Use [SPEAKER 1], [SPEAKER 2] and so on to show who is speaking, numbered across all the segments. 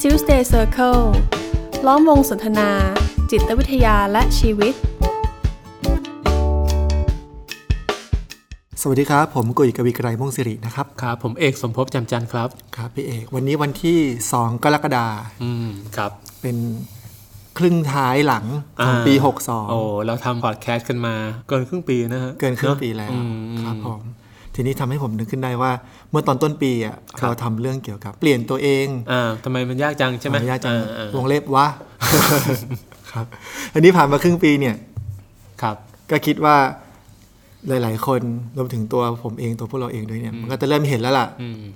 [SPEAKER 1] Tuesday Circle ล้อมวงสนทนา จิตวิทยาและชีวิต
[SPEAKER 2] สวัสดีครับ ผมกุยกวีไกรม่วงสิรินะครับ
[SPEAKER 3] ครับผมเอกสมภพจำจันทร์ครับ
[SPEAKER 2] ครับพี่เอกวันนี้วันที่ 2 กรกฎาคม
[SPEAKER 3] อืมครับ
[SPEAKER 2] เป็นครึ่งท้ายหลังของ
[SPEAKER 3] อ่า
[SPEAKER 2] ปี
[SPEAKER 3] โอ้เราทำพอดแคสต์กันมาเกินครึ่งปีนะฮะ
[SPEAKER 2] 62 เกินครึ่ง
[SPEAKER 3] อะ
[SPEAKER 2] ปีแล้ว
[SPEAKER 3] อืม
[SPEAKER 2] ครับผมทีนี้ทำให้ผมนึกขึ้นได้ว่า เมื่อตอนต้นปีอ่ะเราทำเรื่องเกี่ยวกับ เปลี่ยนตัวเอง
[SPEAKER 3] อ่าทำไมมันยากจังใช่ไหม
[SPEAKER 2] ขออนุญาตจัง
[SPEAKER 3] อ่อ่าว
[SPEAKER 2] งเล็บวะ ครับอันนี้ผ่านมาครึ่งปีเนี่ย
[SPEAKER 3] ครับ
[SPEAKER 2] ก็คิดว่าหลาย ๆ คนรวมถึงตัวผมเองตัวพวกเราเองด้วยเนี่ยมันก็จะเริ่มเห็นแล้วล่ะ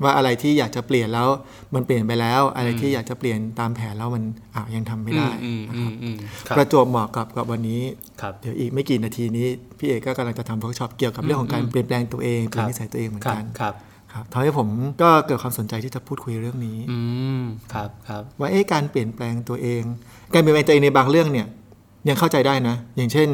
[SPEAKER 2] ว่าอะไรที่อยากจะเปลี่ยนแล้วมันเปลี่ยนไปแล้ว อะไรที่อยากจะเปลี่ยนตามแผนแล้วมันอ่ะยังทำไม่ได้
[SPEAKER 3] อืมอืมอืมครั
[SPEAKER 2] ป
[SPEAKER 3] บ
[SPEAKER 2] ระจวบเหมาะกับกับวันนี้
[SPEAKER 3] ครับ
[SPEAKER 2] เดี๋ยวอีกไม่กี่นาทีนี้ พี่เอกก็กำลังจะทำเวิร์กช็อปเกี่ยวกับเรื่องของการเปลี่ยนแปลงตัวเองเปลี่ยนนิสัยตัวเองเหมือน
[SPEAKER 3] ครับ
[SPEAKER 2] กัน
[SPEAKER 3] ครับ
[SPEAKER 2] ครับทำให้ผมก็เกิดความสนใจที่จะพูดคุยเรื่องนี้
[SPEAKER 3] อืมครับครับ
[SPEAKER 2] ว่าเอ๊ะการเปลี่ยนแปลงตัวเอง การเปลี่ยนแปลงตัวเองในบางเรื่องเนี่ย ยังเข้าใจได้นะ อย่างเช่น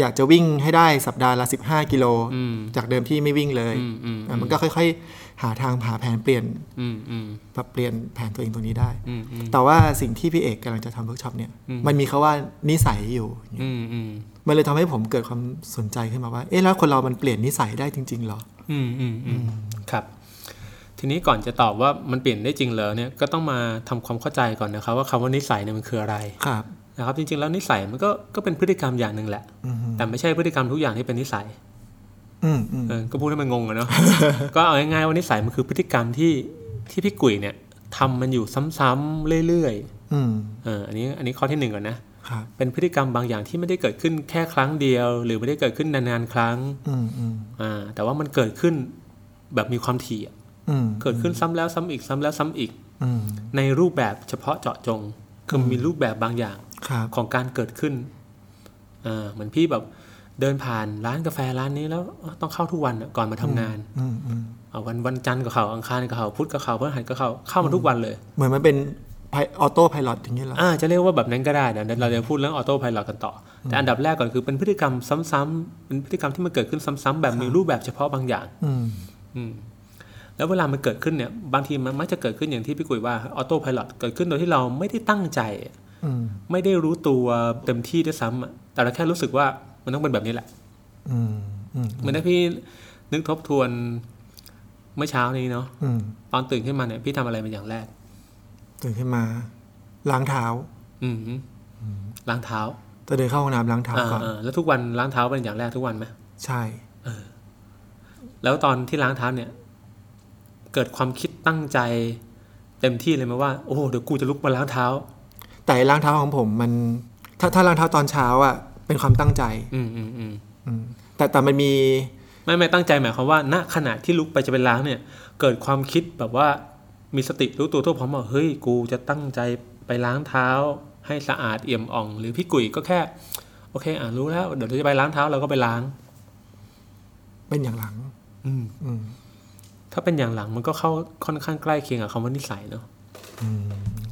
[SPEAKER 2] อยากจะวิ่งให้ได้สัปดาห์ละ 15 กิโล
[SPEAKER 3] อืม
[SPEAKER 2] จากเดิมที่ไม่วิ่งเลย
[SPEAKER 3] อืมอืม
[SPEAKER 2] อ่ะมันก็ค่อย ๆ หาทางหาแผนเปลี่ยน
[SPEAKER 3] อืมอืม
[SPEAKER 2] ปรับเปลี่ยนแผนตัวเองตรงนี้ได้
[SPEAKER 3] อืมอืม
[SPEAKER 2] แต่ว่าสิ่งที่พี่เอกกำลังจะทำเวิร์กช็อปเนี่ย มันมีคาว่านิสัยอยู่
[SPEAKER 3] อืมอืม
[SPEAKER 2] มันเลยทำให้ผมเกิดความสนใจขึ้นมาว่า เอ๊ะแล้วคนเรามันเปลี่ยนนิสัยได้จริงๆเหรอ
[SPEAKER 3] อืมอืมอืมครับ ทีนี้ก่อนจะตอบว่ามันเปลี่ยนได้จริงเหรอเนี่ยก็ต้องมาทำความเข้าใจก่อนนะครับ ว่าคำว่านิสัยเนี่ยมันคืออะไร
[SPEAKER 2] ครับ
[SPEAKER 3] นะครับจริงๆแล้วนิสัยมันก็ก็เป็นพฤติกรรมอย่างหนึ่งแหละ
[SPEAKER 2] อือฮึ
[SPEAKER 3] แต่ไม่ใช่พฤติกรรมทุกอย่างที่เป็นนิสัย
[SPEAKER 2] อืมอืม
[SPEAKER 3] เออก็พูดให้มันงงอะเนาะ ก็เอาง่ายๆว่านิสัยมันคือพฤติกรรมที่ที่พี่กุ๋ยเนี่ยทำมันอยู่ซ้ำๆเรื่อย
[SPEAKER 2] อืม
[SPEAKER 3] ๆเอออันนี้อันนี้ข้อที่หนึ่งก่อนนะครับ เป็นพฤติกรรมบางอย่างที่ไม่ได้เกิดขึ้นแค่ครั้งเดียว หรือไม่ได้เกิดขึ้นนานๆครั้ง
[SPEAKER 2] อืมอืม
[SPEAKER 3] อ่าแต่ว่ามันเกิดขึ้นแบบมีความถี่อะ
[SPEAKER 2] อืม
[SPEAKER 3] เกิดขึ้นซ้ำแล้วซ้ำอีกซ้ำแล้วซ้ำอีก
[SPEAKER 2] อืม
[SPEAKER 3] ในรูปแบบเฉพาะเจาะจงคือมีรูปแบบบางอย่าง
[SPEAKER 2] ครับ
[SPEAKER 3] ของการเกิดขึ้นเอ่อเหมือนพี่แบบเดินผ่านร้านกาแฟร้านนี้แล้วเอ้อต้องเข้าทุกวันอะก่อนมาทำงาน
[SPEAKER 2] อืมอืม
[SPEAKER 3] เอาวันวันจันทร์กับเขาอังคารกับเขาพุธกับเขาพฤหัสกับเขาเข้ามาทุกวันเลย
[SPEAKER 2] เหมือนมันเป็นออโต้พายลอตอย่างเงี้ยเหรอ
[SPEAKER 3] อ่าจะเรียกว่าแบบนั้นก็ได้เดี๋ยวเราจะพูดเรื่องออโต้พายลอตกันต่ออแต่อันดับแรกก่อนคือเป็นพฤติกรรมซ้ำๆเป็นพฤติกรรมที่มันเกิดขึ้นซ้ำๆแบบมีรูปแบบเฉพาะบางอย่าง
[SPEAKER 2] อืม
[SPEAKER 3] อืมแล้วเวลามันเกิดขึ้นเนี่ยบางทีมันมักจะเกิดขึ้นอย่างที่พี่กุยว่าออโต้พายลอตเกิดขึ้นโดยที่เราไม่ได้ตั้งใจ
[SPEAKER 2] อืม
[SPEAKER 3] ไม่ได้รู้ตัวเต็มที่ด้วยซ้ำอะแต่เราแค่รู้สึกว่ามันต้องเป็นแบบนี้แหละ
[SPEAKER 2] อืม อืม
[SPEAKER 3] เหมือนถ้าพี่นึกทบทวนเมื่อเช้านี้เนาะ
[SPEAKER 2] อืม
[SPEAKER 3] ตอนตื่นขึ้นมาเนี่ยพี่ทำอะไรเป็นอย่างแรก
[SPEAKER 2] ตื่นขึ้นมาล้างเท้า
[SPEAKER 3] อืมล้างเท้า
[SPEAKER 2] จะเดินเข้าห้องน้ำล้างเท้า
[SPEAKER 3] อ่า
[SPEAKER 2] ก่อน
[SPEAKER 3] อ่าแล้วทุกวันล้างเท้าเป็นอย่างแรกทุกวันไหม
[SPEAKER 2] ใช่
[SPEAKER 3] แล้วตอนที่ล้างเท้าเนี่ย เกิดความคิดตั้งใจ เต็มที่เลยไหมว่าโอ้เดี๋ยวกูจะลุกมาล้างเท้า
[SPEAKER 2] แต่ล้างเท้าของผมมัน ถ้าถ้าล้างเท้าตอนเช้าอ่ะ เป็นความตั้งใจ
[SPEAKER 3] อืมอืมอืม
[SPEAKER 2] อืม แต่แต่มันมี
[SPEAKER 3] ไม่ไม่ตั้งใจหมายความว่าณขณะที่ลุกไปจะไปล้างเนี่ย เกิดความคิดแบบว่ามีสติรู้ตัวทั่วพร้อมว่าเฮ้ยกูจะตั้งใจไปล้างเท้า ให้สะอาดเอี่ยมอ่อง หรือพี่กุ๋ยก็แค่ โอเค อ่ารู้แล้วเดี๋ยวเราจะไปล้างเท้าเราก็ไปล้าง
[SPEAKER 2] เป็นอย่างหลัง
[SPEAKER 3] อืม
[SPEAKER 2] อืม
[SPEAKER 3] ถ้าเป็นอย่างหลังมันก็เข้าค่อนข้างใกล้เคียงกับคำว่านิสัยเนาะ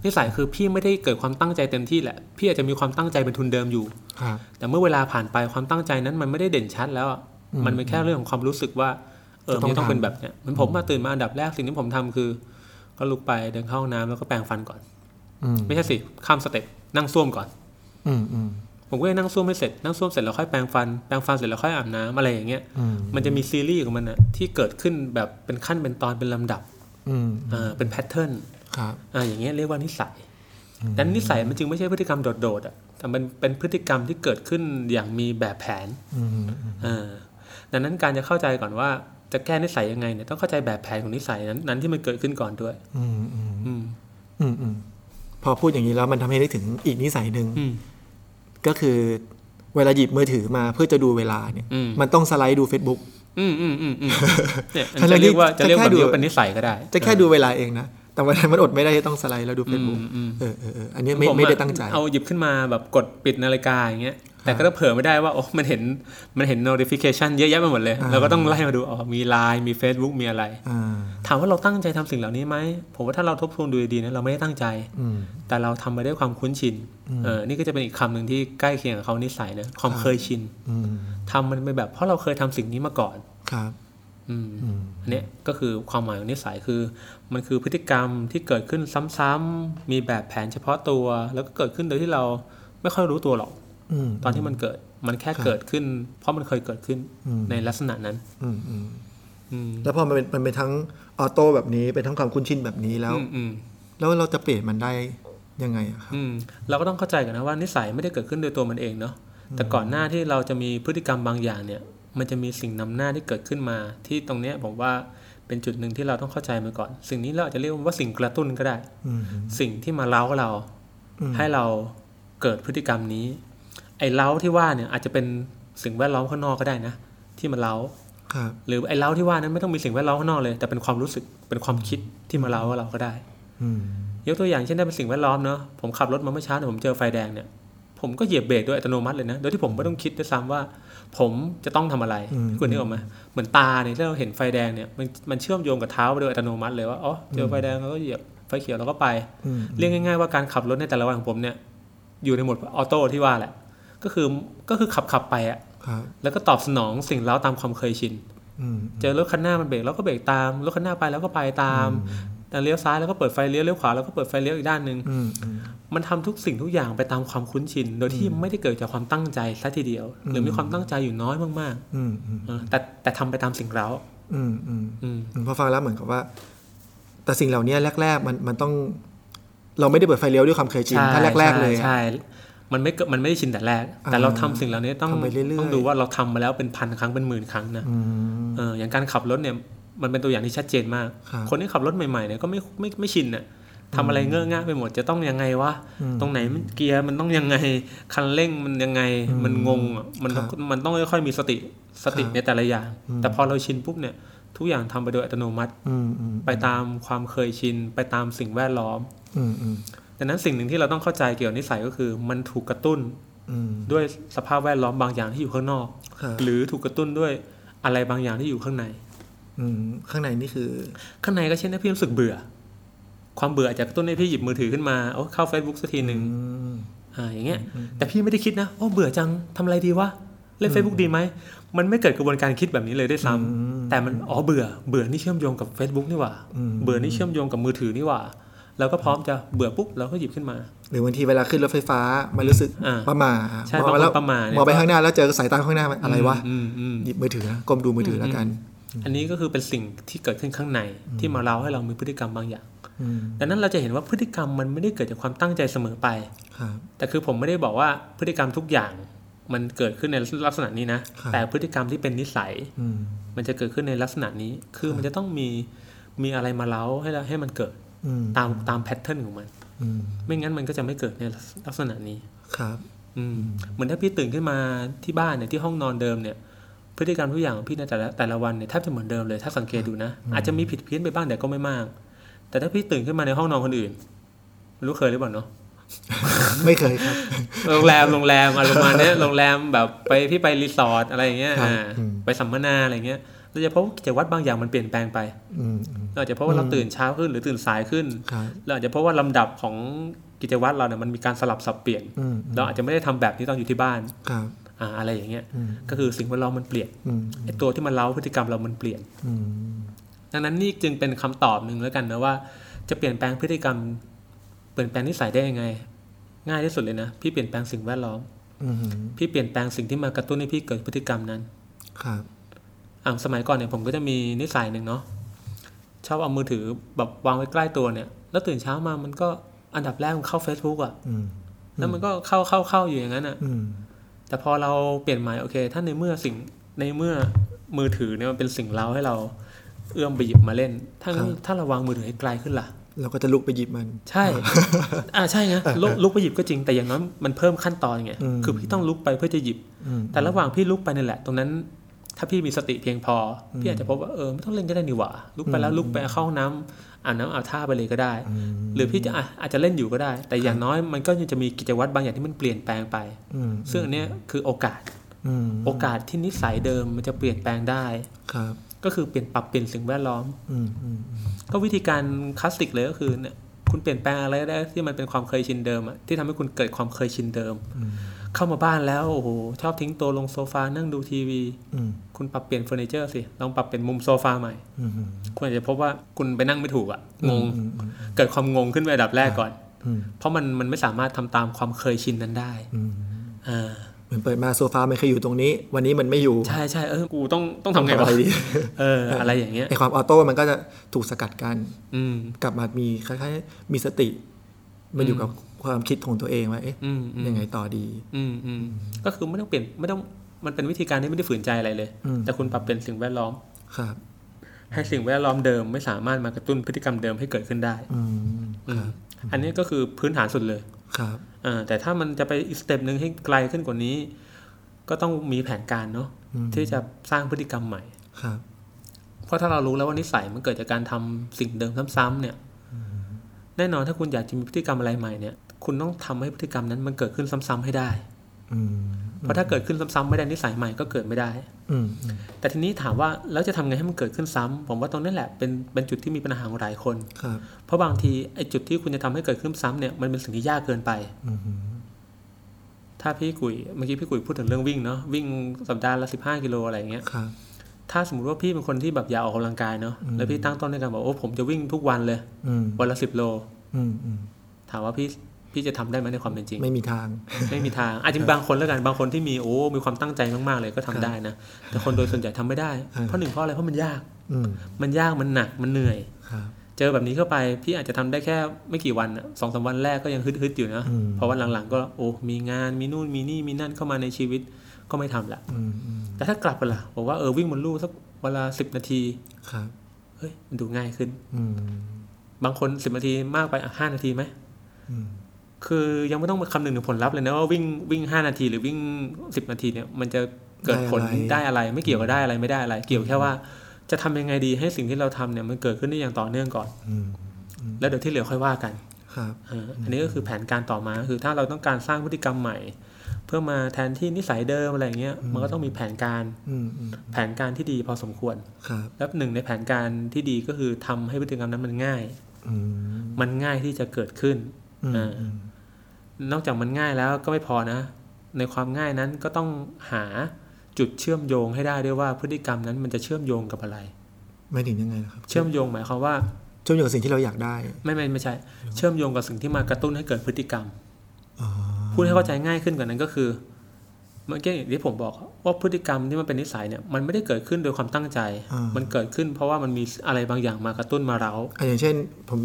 [SPEAKER 3] นิสัยคือพี่ไม่ได้เกิดความตั้งใจเต็มที่แหละ พี่อาจจะมีความตั้งใจเป็นทุนเดิมอยู่
[SPEAKER 2] ครับ
[SPEAKER 3] แต่เมื่อเวลาผ่านไปความตั้งใจนั้นมันไม่ได้เด่นชัดแล้วอะมันเป็นแค่เรื่องของความรู้สึกว่า เออ
[SPEAKER 2] จะต้อง
[SPEAKER 3] มันต้อง
[SPEAKER 2] ทำ
[SPEAKER 3] เป็นแบบเนี้ยเหมันผมมาตื่นมาอันดับแรกสิ่งที่ผมทำคือ ก็ลุกไปเดินเข้าห้องน้ำแล้วก็แปรงฟันก่อน
[SPEAKER 2] อืม
[SPEAKER 3] ไม่ใช่สิ ข้ามสเต็ปนั่งส้วมก่อน
[SPEAKER 2] อืม อืม
[SPEAKER 3] ผมก็ยังนั่งส้วมไม่เสร็จนั่งส้วมเสร็จแล้วค่อยแปรงฟันแปรงฟันเสร็จแล้วค่อยอาบน้ำอะไรอย่างเงี้ย
[SPEAKER 2] อืม
[SPEAKER 3] มันจะมีซีรีส์ของมันอะที่เกิดขึ้นแบบเป็นขั้นเป็นตอนเป็นลำดับ
[SPEAKER 2] อืม
[SPEAKER 3] อ่าเป็นแพทเทิร์น
[SPEAKER 2] ครับ
[SPEAKER 3] อ่าอย่างเงี้ยเรียกว่านิสัยแต่นิสัยมันจึงไม่ใช่พฤติกรรมโดดๆอ่ะ แต่มันเป็นพฤติกรรมที่เกิดขึ้นอย่างมีแบบแผน
[SPEAKER 2] อืม
[SPEAKER 3] อ่าดังนั้นการจะเข้าใจก่อนว่าจะแก้นิสัยยังไงเนี่ยต้องเข้าใจแบบแผนของนิสัยนั้นนั้นที่มันเกิดขึ้นก่อนด้วย
[SPEAKER 2] อืม อืม
[SPEAKER 3] อืม
[SPEAKER 2] อืม อืม พอพูดอย่างนี้แล้วมันทำให้นึกถึงอีกนิสัยหนึ่ง
[SPEAKER 3] อืม
[SPEAKER 2] ก็คือเวลาหยิบมือถือมาเพื่อจะดูเวลาเนี่ย
[SPEAKER 3] อืม
[SPEAKER 2] มันต้องสไลด์ดู Facebook
[SPEAKER 3] อืมอืมอืมอืมเนี่ย
[SPEAKER 2] ทั้งๆ
[SPEAKER 3] จะเรียกว่า
[SPEAKER 2] ที่
[SPEAKER 3] จะเรีย
[SPEAKER 2] จะ
[SPEAKER 3] ก
[SPEAKER 2] แค่
[SPEAKER 3] แบบ
[SPEAKER 2] ดู
[SPEAKER 3] นี้ว่าเป็นนิสัยก็ได้
[SPEAKER 2] จะแค่ดูเวลาเองนะ แต่วันนั้นมันอดไม่ได้ที่ต้องสไลด์แล้วดู
[SPEAKER 3] อืม
[SPEAKER 2] Facebook
[SPEAKER 3] อืม
[SPEAKER 2] เออเออเอออันนี้ไม่
[SPEAKER 3] ผอะ
[SPEAKER 2] ไม่ได้ตั้งใจ
[SPEAKER 3] เอาหยิบขึ้นมาแบบกดปิดนาฬิกาอย่างเงี้ย แต่ก็เผลอไม่ได้ว่าโอ้มันเห็นมันเห็น notification เยอะแยะไปหมดเลย
[SPEAKER 2] อ่า
[SPEAKER 3] เราก็ต้องไล่มาดูอ๋อมี Line มี Facebook มีอะไร
[SPEAKER 2] อ่า
[SPEAKER 3] ถามว่าเราตั้งใจทำสิ่งเหล่านี้ไหม ผมว่าถ้าเราทบทวนดูดีๆนะเราไม่ได้ตั้งใจ
[SPEAKER 2] อืม
[SPEAKER 3] แต่เราทำไปด้วยความคุ้นชิน เออ นี่ก็จะเป็นอีกคำหนึ่งที่ใกล้เคียงกับเขานิสัยนะ ความเคยชิน
[SPEAKER 2] อืม
[SPEAKER 3] ทำมันไปแบบเพราะเราเคยทำสิ่งนี้มาก่อน
[SPEAKER 2] ครับ
[SPEAKER 3] อืม
[SPEAKER 2] อืม
[SPEAKER 3] อันเนี้ยก็คือความหมายของนิสัยคือ มันคือพฤติกรรมที่เกิดขึ้นซ้ำๆมีแบบแผนเฉพาะตัว แล้วก็เกิดขึ้นโดยที่เราไม่ค่อยรู้ตัวหรอก
[SPEAKER 2] อืม
[SPEAKER 3] ตอนที่มันเกิดมันแค่เกิดขึ้น เพราะมันเคยเกิดขึ้น
[SPEAKER 2] อืม
[SPEAKER 3] ในลักษณะนั้น
[SPEAKER 2] อืมอืม
[SPEAKER 3] อืม
[SPEAKER 2] แล้วพอมันเป็นมันเป็นทั้งออโต้แบบนี้ เป็นทั้งความคุ้นชินแบบนี้แล้ว
[SPEAKER 3] อืมอืม
[SPEAKER 2] แล้วเราจะเปลี่ยนมันได้ยังไงอะครับ
[SPEAKER 3] อืมเราก็ต้องเข้าใจกันนะว่านิสัยไม่ได้เกิดขึ้นโดยตัวมันเองเนาะแต่ก่อนหน้าที่เราจะมีพฤติกรรมบางอย่างเนี่ย มันจะมีสิ่งนำหน้าที่เกิดขึ้นมา ที่ตรงเนี้ยผมว่าเป็นจุดหนึ่งที่เราต้องเข้าใจมันก่อน สิ่งนี้เราอาจจะเรียกว่าสิ่งกระตุ้นก็ได้
[SPEAKER 2] อืม
[SPEAKER 3] สิ่งที่มาเล้าเรา
[SPEAKER 2] อืม
[SPEAKER 3] ให้เราเกิดพฤติกรรมนี้ ไอ้เล้าที่ว่าเนี่ยอาจจะเป็นสิ่งแวดล้อมข้างนอกก็ได้นะ ที่มาเล้า
[SPEAKER 2] ครับ
[SPEAKER 3] หรือไอ้เล้าที่ว่านั้นไม่ต้องมีสิ่งแวดล้อมข้างนอกเลย แต่เป็นความรู้สึกเป็นความคิดที่มาเล้าเราก็ได้
[SPEAKER 2] อืม
[SPEAKER 3] ยกตัวอย่างเช่นได้เป็นสิ่งแวดล้อมเนาะผมขับรถมาเมื่อเช้าเนี่ยผมเจอไฟแดงเนี่ย ผมก็เหยียบเบรกโดยอัตโนมัติเลยนะโดยที่ผมไม่ต้องคิดด้วยซ้ำว่า ผมจะต้องทำอะไร
[SPEAKER 2] อืม
[SPEAKER 3] คุณนึกออกไหมเหมือนตาเนี่ยที่เราเห็นไฟแดงเนี่ยมันมันเชื่อมโยงกับเท้าไปโดยอัตโนมัติเลยว่าอ๋อเจอไฟแดงเราก็เหยียบไฟเขียวเราก็ไป
[SPEAKER 2] อืม
[SPEAKER 3] เรียกง่ายๆว่าการขับรถในแต่ละวันของผมเนี่ย อยู่ในโหมดออโต้ที่ว่าแหละ ก็คือก็คือขับขับๆไปอะ
[SPEAKER 2] ครับ
[SPEAKER 3] แล้วก็ตอบสนองสิ่งเล้าตามความเคยชิน
[SPEAKER 2] อืม
[SPEAKER 3] เจอรถคันหน้ามันเบรกเราก็เบรกตามรถคันหน้าไปแล้วก็ไปตามแต่เลี้ยวซ้ายแล้วก็เปิดไฟเลี้ยวเลี้ยวขวาแล้วก็เปิดไฟเลี้ยวอีกด้านหนึ่ง
[SPEAKER 2] อืมอืม
[SPEAKER 3] มันทำทุกสิ่งทุกอย่างไปตามความคุ้นชิน โดยที่ไม่ได้เกิดจากความตั้งใจซะทีเดียว หรือมีความตั้งใจอยู่น้อยมาก
[SPEAKER 2] อืมอืม
[SPEAKER 3] ๆเออแต่แต่ทำไปตามสิ่งเร้า
[SPEAKER 2] อืมอืม
[SPEAKER 3] อืม
[SPEAKER 2] อืมพอฟังแล้วเหมือนกับว่า แต่สิ่งเหล่านี้แรก ๆ มันมันต้อง เราไม่ได้เปิดไฟเลี้ยวด้วยความเคยชิน
[SPEAKER 3] ใช่
[SPEAKER 2] ถ้าแรก ๆ เลยอะ
[SPEAKER 3] ใช่ มันไม่เกิดมันไม่ได้ชินแต่แรก แต่
[SPEAKER 2] อ่า
[SPEAKER 3] เราทำสิ่งเหล่านี้ต้อง
[SPEAKER 2] ทำไปเรื่อยๆ
[SPEAKER 3] ต้องดูว่าเราทำมาแล้วเป็นพันครั้งเป็นหมื่นครั้งนะ
[SPEAKER 2] อืม
[SPEAKER 3] เอออย่างการขับรถเนี่ยมันเป็นตัวอย่างที่ชัดเจนมาก
[SPEAKER 2] ครับ
[SPEAKER 3] คนที่ขับรถใหม่ๆเนี่ยก็ไม่ไม่ไม่ชินน่ะทำอะไรเงอะงะไปหมดจะต้องยังไงวะ
[SPEAKER 2] อืม
[SPEAKER 3] ตรงไหนมันเกียร์มันต้องยังไงคันเร่งมันยังไงมันงงอ่ะมัน
[SPEAKER 2] ครับ
[SPEAKER 3] มันต้องค่อยๆมีสติสติ
[SPEAKER 2] ครับ
[SPEAKER 3] ในแต่ละอย่าง แต่พอเราชินปุ๊บเนี่ยทุกอย่างทำไปโดยอัตโนมัติ
[SPEAKER 2] อืมอืม
[SPEAKER 3] ไปตามความเคยชิน ไปตามสิ่งแวดล้อม
[SPEAKER 2] อืมอืม
[SPEAKER 3] ดังนั้นสิ่งหนึ่งที่เราต้องเข้าใจเกี่ยวกับนิสัยก็คือมันถูกกระตุ้น
[SPEAKER 2] อืม
[SPEAKER 3] ด้วยสภาพแวดล้อมบางอย่างที่อยู่ข้างนอก
[SPEAKER 2] ครับ
[SPEAKER 3] หรือถูกกระตุ้นด้วยอะไรบางอย่างที่อยู่ข้างใน
[SPEAKER 2] อืมข้างในนี่คือ
[SPEAKER 3] ข้างในก็เช่นถ้าพี่รู้สึกเบื่อ ความเบื่ออาจจะกระตุ้นให้พี่หยิบมือถือขึ้นมาโอ้เข้า Facebook สักทีหนึ่ง
[SPEAKER 2] อืม
[SPEAKER 3] อ่าอย่างเงี้ยแต่พี่ไม่ได้คิดนะโอ้เบื่อจังทำอะไรดีวะเล่น Facebook ดีไหมมันไม่เกิดกระบวนการคิดแบบนี้เลยด้วยซ้ำ
[SPEAKER 2] อืม
[SPEAKER 3] แต่มันอ๋อเบื่อเบื่อนี่เชื่อมโยงกับ Facebook นี่หว่า
[SPEAKER 2] อืม
[SPEAKER 3] เบื่อนี่เชื่อมโยงกับมือถือนี่หว่าเราก็พร้อมจะเบื่อปุ๊บเราก็หยิบขึ้นมา
[SPEAKER 2] หรือบางทีเวลาขึ้นรถไฟฟ้า มันรู้สึก
[SPEAKER 3] อ่า
[SPEAKER 2] ประหมา
[SPEAKER 3] ใช่
[SPEAKER 2] มองไปแล้ว
[SPEAKER 3] บางคนประหม่าเนี่ย
[SPEAKER 2] มองไปข้างหน้าแล้วเจอสายตาข้างหน้ามันอะไรวะ
[SPEAKER 3] อืมอืม
[SPEAKER 2] หยิบมือถือนะก้มดูมือถือแล้วกัน
[SPEAKER 3] อันนี้ก็คือเป็นสิ่งที่เกิดขึ้นข้างในที่มาเล่าให้เรามีพฤติกรรมบางอย่าง
[SPEAKER 2] อืม
[SPEAKER 3] ดังนั้นเราจะเห็นว่าพฤติกรรมมันไม่ได้เกิดจากความตั้งใจเสมอไป
[SPEAKER 2] ครับ
[SPEAKER 3] แต่คือผมไม่ได้บอกว่าพฤติกรรมทุกอย่าง มันเกิดขึ้นในลักษณะนี้นะ
[SPEAKER 2] ครับ
[SPEAKER 3] แต่พฤติกรรมที่เป็นนิสัย
[SPEAKER 2] อืม
[SPEAKER 3] มันจะเกิดขึ้นในลักษณะนี้ คือมันจะต้องมีมีอะไรมาเล่าให้เราให้มันเกิด
[SPEAKER 2] อืม
[SPEAKER 3] ตามตามแพทเทิร์นของมัน
[SPEAKER 2] อืม
[SPEAKER 3] ไม่งั้นมันก็จะไม่เกิดในลักษณะนี้
[SPEAKER 2] ครับ
[SPEAKER 3] อืมเหมือนถ้าพี่ตื่นขึ้นมาที่บ้านเนี่ยที่ห้องนอนเดิมเนี่ย พฤติกรรมทุกอย่างของพี่ในแต่ละแต่ละวันเนี่ยแทบจะเหมือนเดิมเลยถ้าสังเกตดูนะ อาจจะมีผิดเพี้ยนไปบ้างแต่ก็ไม่มาก แต่ถ้าพี่ตื่นขึ้นมาในห้องนอนคนอื่นไม่รู้เคยหรือเปล่าเนาะ
[SPEAKER 2] ไม่เคยครับ
[SPEAKER 3] โรงแรมโรงแรมอะไรประมาณเนี้ยโรงแรมแบบไปพี่ไปรีสอร์ทอะไรอย่างเงี้ย
[SPEAKER 2] ครับ
[SPEAKER 3] อ่า
[SPEAKER 2] อืม
[SPEAKER 3] ไปสัมมนาอะไรเงี้ยเราจะพบว่ากิจวัตรบางอย่างมันเปลี่ยนแปลงไป
[SPEAKER 2] อืมอืม
[SPEAKER 3] เราอาจจะพบว่าเราตื่นเช้าขึ้นหรือตื่นสายขึ้น
[SPEAKER 2] ครับ
[SPEAKER 3] เราอาจจะพบว่าลำดับของกิจวัตรเราเนี่ยมันมีการสลับสับเปลี่ยน
[SPEAKER 2] อืมอืม
[SPEAKER 3] เราอาจจะไม่ได้ทำแบบนี้ตอนอยู่ที่บ้าน
[SPEAKER 2] ครับ
[SPEAKER 3] อ่าอะไรอย่างเงี้ย
[SPEAKER 2] อืม
[SPEAKER 3] ก็คือสิ่งแวดล้อมมันเปลี่ยน
[SPEAKER 2] อืม
[SPEAKER 3] ไอตัวที่มันเล้าพฤติกรรมเรามันเปลี่ยน
[SPEAKER 2] อืม
[SPEAKER 3] ดังนั้นนี่จึงเป็นคำตอบหนึ่งแล้วกันนะว่า จะเปลี่ยนแปลงพฤติกรรม เปลี่ยนแปลงนิสัยได้ยังไง ง่ายที่สุดเลยนะ พี่เปลี่ยนแปลงสิ่งแวดล้อม
[SPEAKER 2] อืม
[SPEAKER 3] พี่เปลี่ยนแปลงสิ่งที่มากระตุ้นให้พี่เกิดพฤติกรรมนั้น
[SPEAKER 2] ครับ
[SPEAKER 3] อ่าสมัยก่อนเนี่ยผมก็จะมีนิสัยหนึ่งเนาะชอบเอามือถือแบบวางไว้ใกล้ตัวเนี่ย แล้วตื่นเช้ามามันก็อันดับแรกมันเข้า Facebook อะ
[SPEAKER 2] อืม
[SPEAKER 3] แล้วมันก็เข้าเข้าเข้าอยู่อย่างนั้นอะ
[SPEAKER 2] อืม
[SPEAKER 3] แต่พอเราเปลี่ยนใหม่โอเค ถ้าในเมื่อสิ่งในเมื่อมือถือเนี่ยมันเป็นสิ่งเล้าให้เราเอื้อมไปหยิบมาเล่น ถ้างั้นถ้าเราวางมือถือให้ไกลขึ้นล่ะ
[SPEAKER 2] เราก็จะลุกไปหยิบมัน
[SPEAKER 3] ใช่ อ่าใช่ไงลุกลุกไปหยิบก็จริงแต่อย่างน้อยมันเพิ่มขั้นตอนไง
[SPEAKER 2] อืม
[SPEAKER 3] คือพี่ต้องลุกไปเพื่อจะหยิบ
[SPEAKER 2] อืม
[SPEAKER 3] แต่ระหว่างพี่ลุกไปนั่นแหละ ตรงนั้น ถ้าพี่มีสติเพียงพออพี่อาจจะพบว่าเออไม่ต้องเล่นก็ได้นี่หว่าลุกไปแล้วลุกไปเข้าห้องน้ำอาบน้ำอาบท่าไปเลยก็ได้ หรือพี่จะอ่ะอาจจะเล่นอยู่ก็ได้ แต่อย่างน้อยมันก็ยังจะมีกิจวัตรบางอย่างที่มันเปลี่ยนแปลงไป
[SPEAKER 2] อืม
[SPEAKER 3] ซึ่งอันเนี้ยคือโอกาส
[SPEAKER 2] อืม
[SPEAKER 3] โอกาสที่นิสัยเดิมมันจะเปลี่ยนแปลงได้
[SPEAKER 2] ครับ
[SPEAKER 3] ก็คือเปลี่ยนปรับเปลี่ยนสิ่งแวดล้อม
[SPEAKER 2] อืมอืม
[SPEAKER 3] ก็วิธีการคลาสสิกเลยก็คือเนี่ยคุณเปลี่ยนแปลงอะไรได้ที่มันเป็นความเคยชินเดิมอะที่ทำให้คุณเกิดความเคยชินเดิม เข้ามาบ้านแล้วโอ้โหชอบทิ้งตัวลงโซฟานั่งดูทีวี
[SPEAKER 2] อืม
[SPEAKER 3] คุณปรับเปลี่ยนเฟอร์นิเจอร์สิลองปรับเป็นมุมโซฟาใหม่
[SPEAKER 2] อืมอืม
[SPEAKER 3] คุณอาจจะพบว่าคุณไปนั่งไม่ถูกอะงง
[SPEAKER 2] อืมอืม
[SPEAKER 3] เกิดความงงขึ้นในระดับแรกก่อน
[SPEAKER 2] อืม
[SPEAKER 3] เพราะมันมันไม่สามารถทำตามความเคยชินนั้นได้
[SPEAKER 2] อืม
[SPEAKER 3] อ่า
[SPEAKER 2] เหมือนเปิดมาโซฟามันเคยอยู่ตรงนี้ วันนี้มันไม่อยู่
[SPEAKER 3] ใช่ใช่เออกูต้องต้องทำไง
[SPEAKER 2] อะ
[SPEAKER 3] วะ
[SPEAKER 2] ไรดี
[SPEAKER 3] เออ อะไรอย่างเงี้ย
[SPEAKER 2] ไอความออโต้มันก็จะถูกสกัดกัน
[SPEAKER 3] อืม
[SPEAKER 2] กลับมามีคล้ายๆมีสติ มันอยู่กับความคิดของตัวเองว่าเอ๊ะ
[SPEAKER 3] อืมอืม
[SPEAKER 2] ยังไงต่อดี
[SPEAKER 3] อืมอืมก็คือไม่ต้องเปลี่ยนไม่ต้องมันเป็นวิธีการที่ไม่ได้ฝืนใจอะไรเลย
[SPEAKER 2] อืม
[SPEAKER 3] แต่คุณปรับเปลี่ยนสิ่งแวดล้อม
[SPEAKER 2] ครับ
[SPEAKER 3] ให้สิ่งแวดล้อมเดิมไม่สามารถมากระตุ้นพฤติกรรมเดิมให้เกิดขึ้นได้
[SPEAKER 2] อืม
[SPEAKER 3] อืมอันนี้ก็คือพื้นฐานสุดเลย
[SPEAKER 2] ครับ
[SPEAKER 3] อ่าแต่ถ้ามันจะไปอีกสเต็ปหนึ่งให้ไกลขึ้นกว่านี้ ก็ต้องมีแผนการเนาะ
[SPEAKER 2] อืม
[SPEAKER 3] ที่จะสร้างพฤติกรรมใหม่
[SPEAKER 2] ครับ
[SPEAKER 3] เพราะถ้าเรารู้แล้วว่านิสัยมันเกิดจากการทำสิ่งเดิมซ้ำๆเนี่ย แน่นอนถ้าคุณอยากจะมีพฤติกรรมอะไรใหม่เนี่ย คุณต้องทำให้พฤติกรรมนั้นมันเกิดขึ้นซ้ำๆให้ได้
[SPEAKER 2] อืม
[SPEAKER 3] เพราะถ้าเกิดขึ้นซ้ำๆไม่ได้นิสัยใหม่ก็เกิดไม่ได้
[SPEAKER 2] อืมอืม
[SPEAKER 3] แต่ทีนี้ถามว่าแล้วจะทำไงให้มันเกิดขึ้นซ้ำผมว่าตรงนี้แหละเป็นเป็นจุดที่มีปัญหาของหลายคน
[SPEAKER 2] ครับ
[SPEAKER 3] เพราะบางทีไอ้จุดที่คุณจะทำให้เกิดขึ้นซ้ำเนี่ยมันเป็นสิ่งที่ยากเกินไป
[SPEAKER 2] อืม
[SPEAKER 3] ถ้าพี่กุยเมื่อกี้พี่กุยพูดถึงเรื่องวิ่งเนาะวิ่งสัปดาห์ละสิบห้ากิโลอะไรอย่างเงี้ย
[SPEAKER 2] ครับ
[SPEAKER 3] ถ้าสมมติว่าพี่เป็นคนที่แบบอยากออกกำลังกายเนาะ
[SPEAKER 2] อืม
[SPEAKER 3] แล้วพี่ตั้งต้นในการบอกโอ้ผมจะวิ่งทุกวันเลย
[SPEAKER 2] อืม
[SPEAKER 3] วันละสิบโล
[SPEAKER 2] อืมอืม
[SPEAKER 3] ถามว่าพี่พี่จะทำได้ไหมในความ เป็นจริง
[SPEAKER 2] ไม่มีทาง
[SPEAKER 3] ไม่มีทางอาจจะมีบางคนแล้วกันบางคนที่มีโอ้มีความตั้งใจมากๆเลยก็ทำได้นะ แต่คนโดยส่วนใหญ่ทำไม่ได้
[SPEAKER 2] เออ
[SPEAKER 3] เพราะหนึ่งเพราะอะไรเพราะมันยาก
[SPEAKER 2] อืม
[SPEAKER 3] มันยากมันหนักมันเหนื่อย
[SPEAKER 2] ครับ
[SPEAKER 3] เจอแบบนี้เข้าไปพี่อาจจะทำได้แค่ไม่กี่วันสองสามวันแรกก็ยังฮึดๆอยู่นะ
[SPEAKER 2] อืม
[SPEAKER 3] เพราะวันหลังๆ ก็โอ้มีงานมีนู่นมีนี่มีนั่นเข้ามาในชีวิตก็ไม่ทำละ
[SPEAKER 2] อืมอืม
[SPEAKER 3] แต่ถ้ากลับกันล่ะบอกว่าเออวิ่งบนลู่สักเวลาสิบนาที
[SPEAKER 2] ครับ
[SPEAKER 3] เฮ้ยมันดูง่ายขึ้น
[SPEAKER 2] อืม
[SPEAKER 3] บางคนสิบนาทีมากไปห้านาทีไหม
[SPEAKER 2] อืม
[SPEAKER 3] คือยังไม่ต้องมาคำนึงถึงผลลัพธ์เลยนะว่าวิ่งวิ่ง 5 นาทีหรือวิ่ง 10 นาทีเนี่ยมันจะเกิดผลได้อะไร ไม่เกี่ยวกับได้อะไรไม่ได้อะไร เกี่ยวแค่ว่าจะทำยังไงดีให้สิ่งที่เราทำเนี่ยมันเกิดขึ้นได้อย่างต่อเนื่องก่อน
[SPEAKER 2] อืม
[SPEAKER 3] แล้วเดี๋ยวที่เหลือค่อยว่ากัน
[SPEAKER 2] ครับ
[SPEAKER 3] เอออันนี้ก็คือแผนการต่อมาคือถ้าเราต้องการสร้างพฤติกรรมใหม่ เพื่อมาแทนที่นิสัยเดิมอะไรอย่างเงี้ยมันก็ต้องมีแผนการ
[SPEAKER 2] อืมอืม
[SPEAKER 3] แผนการที่ดีพอสมควร
[SPEAKER 2] ครับ
[SPEAKER 3] แล้วหนึ่งในแผนการที่ดีก็คือทำให้พฤติกรรมนั้นมันง่าย
[SPEAKER 2] อืม
[SPEAKER 3] มันง่ายที่จะเกิดขึ้น
[SPEAKER 2] อืม
[SPEAKER 3] อ่า
[SPEAKER 2] อืม
[SPEAKER 3] นอกจากมันง่ายแล้วก็ไม่พอนะ ในความง่ายนั้นก็ต้องหาจุดเชื่อมโยงให้ได้ด้วยว่าพฤติกรรมนั้นมันจะเชื่อมโยงกับอะไร
[SPEAKER 2] ไม่ถึงยังไงนะครับ
[SPEAKER 3] เชื่อมโยงหมายความว่า
[SPEAKER 2] เชื่อมโยงกับสิ่งที่เราอยากได้
[SPEAKER 3] ไม่ไม่ไม่ใช่ เชื่อมโยงกับสิ่งที่มากระตุ้นให้เกิดพฤติกรรม
[SPEAKER 2] อ๋อ
[SPEAKER 3] พูดให้เข้าใจง่ายขึ้นกว่านั้นก็คือเมื่อกี้อย่างที่ผมบอกว่าพฤติกรรมที่มันเป็นนิสัยเนี่ยมันไม่ได้เกิดขึ้นโดยความตั้งใจ มันเกิดขึ้นเพราะว่ามันมีอะไรบางอย่างมากระตุ้นมาเรา
[SPEAKER 2] อ่ะอย่างเช่น ผม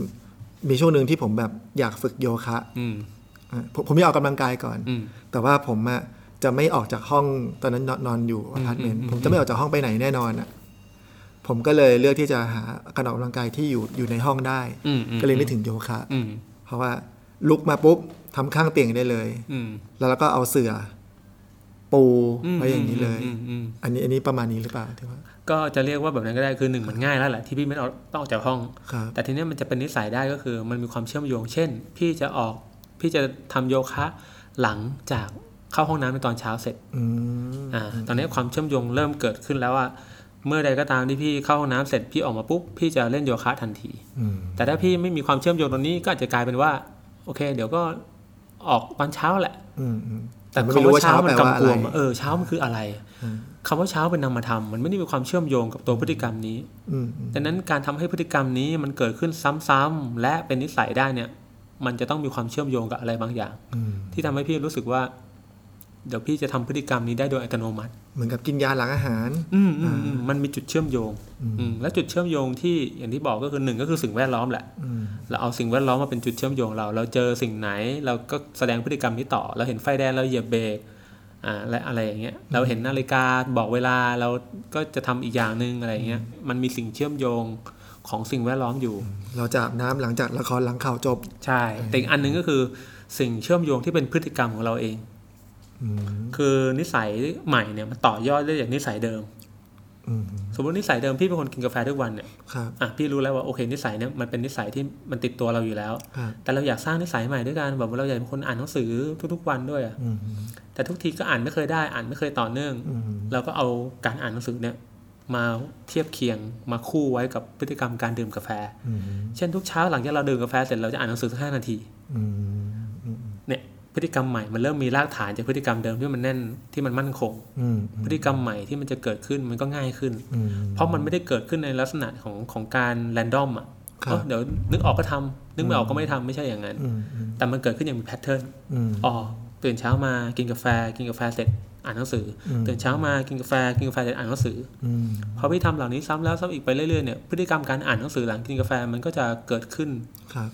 [SPEAKER 2] มีช่วงหนึ่งที่ผมแบบอยากฝึกโยคะ
[SPEAKER 3] อืม
[SPEAKER 2] อ่ะผมผมอยากออกกำลังกายก่อน
[SPEAKER 3] อืม
[SPEAKER 2] แต่ว่าผมอะจะไม่ออกจากห้องตอนนั้นนอนนอนอยู่อพาร์ตเมนต์ผมจะไม่ออกจากห้องไปไหนแน่นอนอะผมก็เลยเลือกที่จะหาการออกกำลังกายที่อยู่อยู่ในห้องได้
[SPEAKER 3] อืมอืม
[SPEAKER 2] ก็เลยนึกถึงโยคะ
[SPEAKER 3] อืม
[SPEAKER 2] เพราะว่าลุกมาปุ๊บทำข้างเตียงได้เลย
[SPEAKER 3] อืม
[SPEAKER 2] แล้วเราก็เอาเสื่อ ปู
[SPEAKER 3] อืม
[SPEAKER 2] ไว้อย่างนี้เลย
[SPEAKER 3] อืมอืม
[SPEAKER 2] อันนี้อันนี้ประมาณนี้หรือเปล่าที่ว่า
[SPEAKER 3] ก็จะเรียกว่าแบบนั้นก็ได้คือหนึ่งมันง่ายแล้วแหละที่พี่ไม่ต้องต้องออกจากห้อง
[SPEAKER 2] ครับ
[SPEAKER 3] แต่ทีเนี้ยมันจะเป็นนิสัยได้ก็คือ มันมีความเชื่อมโยง เช่น พี่จะออกพี่จะทำโยคะหลังจากเข้าห้องน้ำในตอนเช้าเสร็จ
[SPEAKER 2] อืม
[SPEAKER 3] อ่าตอนเนี้ยความเชื่อมโยงเริ่มเกิดขึ้นแล้วว่า เมื่อใดก็ตามที่พี่เข้าห้องน้ำเสร็จพี่ออกมาปุ๊บพี่จะเล่นโยคะทันที
[SPEAKER 2] อืม
[SPEAKER 3] แต่ถ้าพี่ไม่มีความเชื่อมโยงตรงนี้ก็อาจจะกลายเป็นว่าโอเค เดี๋ยวก็ออกตอนเช้าแหละ
[SPEAKER 2] อืมอืม
[SPEAKER 3] แต่
[SPEAKER 2] ไม่
[SPEAKER 3] คำ
[SPEAKER 2] รู้
[SPEAKER 3] ว่า
[SPEAKER 2] ว่า
[SPEAKER 3] เช้า
[SPEAKER 2] เช้า
[SPEAKER 3] มั
[SPEAKER 2] แปลว่าก
[SPEAKER 3] นำ
[SPEAKER 2] อะ
[SPEAKER 3] ก
[SPEAKER 2] ไร
[SPEAKER 3] วมอะเออเช้ามันคืออะไร
[SPEAKER 2] อืม
[SPEAKER 3] คำว่าเช้าเป็นนามธรรมมันไม่ได้มีความเชื่อมโยงกับตัวพฤติกรรมนี้
[SPEAKER 2] อืมอืม
[SPEAKER 3] ดังนั้นการทำให้พฤติกรรมนี้มันเกิดขึ้นซ้ำๆและเป็นนิสัยได้เนี่ย มันจะต้องมีความเชื่อมโยงกับอะไรบางอย่าง
[SPEAKER 2] อืม
[SPEAKER 3] ที่ทำให้พี่รู้สึกว่า เดี๋ยวพี่จะทำพฤติกรรมนี้ได้โดยอัตโนมัติ
[SPEAKER 2] เหมือนกับกินยาหลังอาหาร
[SPEAKER 3] อืมอืมอืมมันมีจุดเชื่อมโยง
[SPEAKER 2] อืม
[SPEAKER 3] อืมและจุดเชื่อมโยงที่อย่างที่บอกก็คือหนึ่งก็คือสิ่งแวดล้อมแหละ
[SPEAKER 2] อืม
[SPEAKER 3] เราเอาสิ่งแวดล้อมมาเป็นจุดเชื่อมโยงเรา เราเจอสิ่งไหน เราก็แสดงพฤติกรรมนี้ต่อ เราเห็นไฟแดงเราเหยียบเบรกอ่าและอะไรอย่างเงี้ย เราเห็นนาฬิกาบอกเวลาเราก็จะทำอีกอย่างหนึ่งอะไรอย่างเงี้ย มันมีสิ่งเชื่อมโยงของสิ่งแวดล้อมอยู่
[SPEAKER 2] เราจะอาบน้ำหลังจากละครหลังข่าวจบ
[SPEAKER 3] ใช่แต่อีกอันหนึงก็คือสิ่งเชื่อมโยงที่เป็นพฤติกรรมของเราเอง
[SPEAKER 2] อืม
[SPEAKER 3] คือนิสัยใหม่เนี่ยมันต่อยอดได้จากนิสัยเดิม
[SPEAKER 2] อืม
[SPEAKER 3] สมมตินิสัยเดิมพี่เป็นคนกินกาแฟทุกวันเนี่ย
[SPEAKER 2] ครับ
[SPEAKER 3] อ่ะพี่รู้แล้วว่าโอเคนิสัยเนี่ยมันเป็นนิสัยที่มันติดตัวเราอยู่แล้ว
[SPEAKER 2] ครับ
[SPEAKER 3] แต่เราอยากสร้างนิสัยใหม่ด้วยการแบบว่าเราอยากเป็นคนอ่านหนังสือทุกๆวันด้วยอะ
[SPEAKER 2] อืม
[SPEAKER 3] แต่ทุกทีก็อ่านไม่เคยได้อ่านไม่เคยต่อเนื่อง
[SPEAKER 2] อืม
[SPEAKER 3] เราก็เอาการอ่านหนังสือเนี่ยมาเทียบเคียงมาคู่ไว้กับพฤติกรรมการดื่มกาแฟ
[SPEAKER 2] อืม
[SPEAKER 3] เช่นทุกเช้าหลังจากเราดื่มกาแฟเสร็จเราจะอ่านหนังสือสักห้านาที
[SPEAKER 2] อืมอืม
[SPEAKER 3] เนี่ย พฤติกรรมใหม่มันเริ่มมีรากฐานจากพฤติกรรมเดิมที่มันแน่นที่มันมั่นคง
[SPEAKER 2] อืม
[SPEAKER 3] พฤติกรรมใหม่ที่มันจะเกิดขึ้นมันก็ง่ายขึ้น
[SPEAKER 2] อืม
[SPEAKER 3] เพราะมันไม่ได้เกิดขึ้นในลักษณะของของการแรนดอมอ่ะ
[SPEAKER 2] ครับ
[SPEAKER 3] เอ้อเดี๋ยวนึกออกก็ทำนึกไม่ออกก็ไม่ทำไม่ใช่อย่างนั้น
[SPEAKER 2] อืมอืม
[SPEAKER 3] แต่มันเกิดขึ้นอย่างมีแพทเทิร์น
[SPEAKER 2] อืม
[SPEAKER 3] อ๋อตื่นเช้ามากินกาแฟ กินกาแฟเสร็จอ่านหนังสืออ
[SPEAKER 2] ม
[SPEAKER 3] ตื่นเช้ามากินกาแฟ กินกาแฟเสร็จอ่านหนังสือ
[SPEAKER 2] อืม
[SPEAKER 3] พอพี่ทำเหล่านี้ซ้ำแล้วซ้ำอีกไปเรื่อยๆเนี่ยพฤติกรรมการอ่านหนังสือหลังกินกาแฟมันก็จะเกิดขึ้น
[SPEAKER 2] ครับ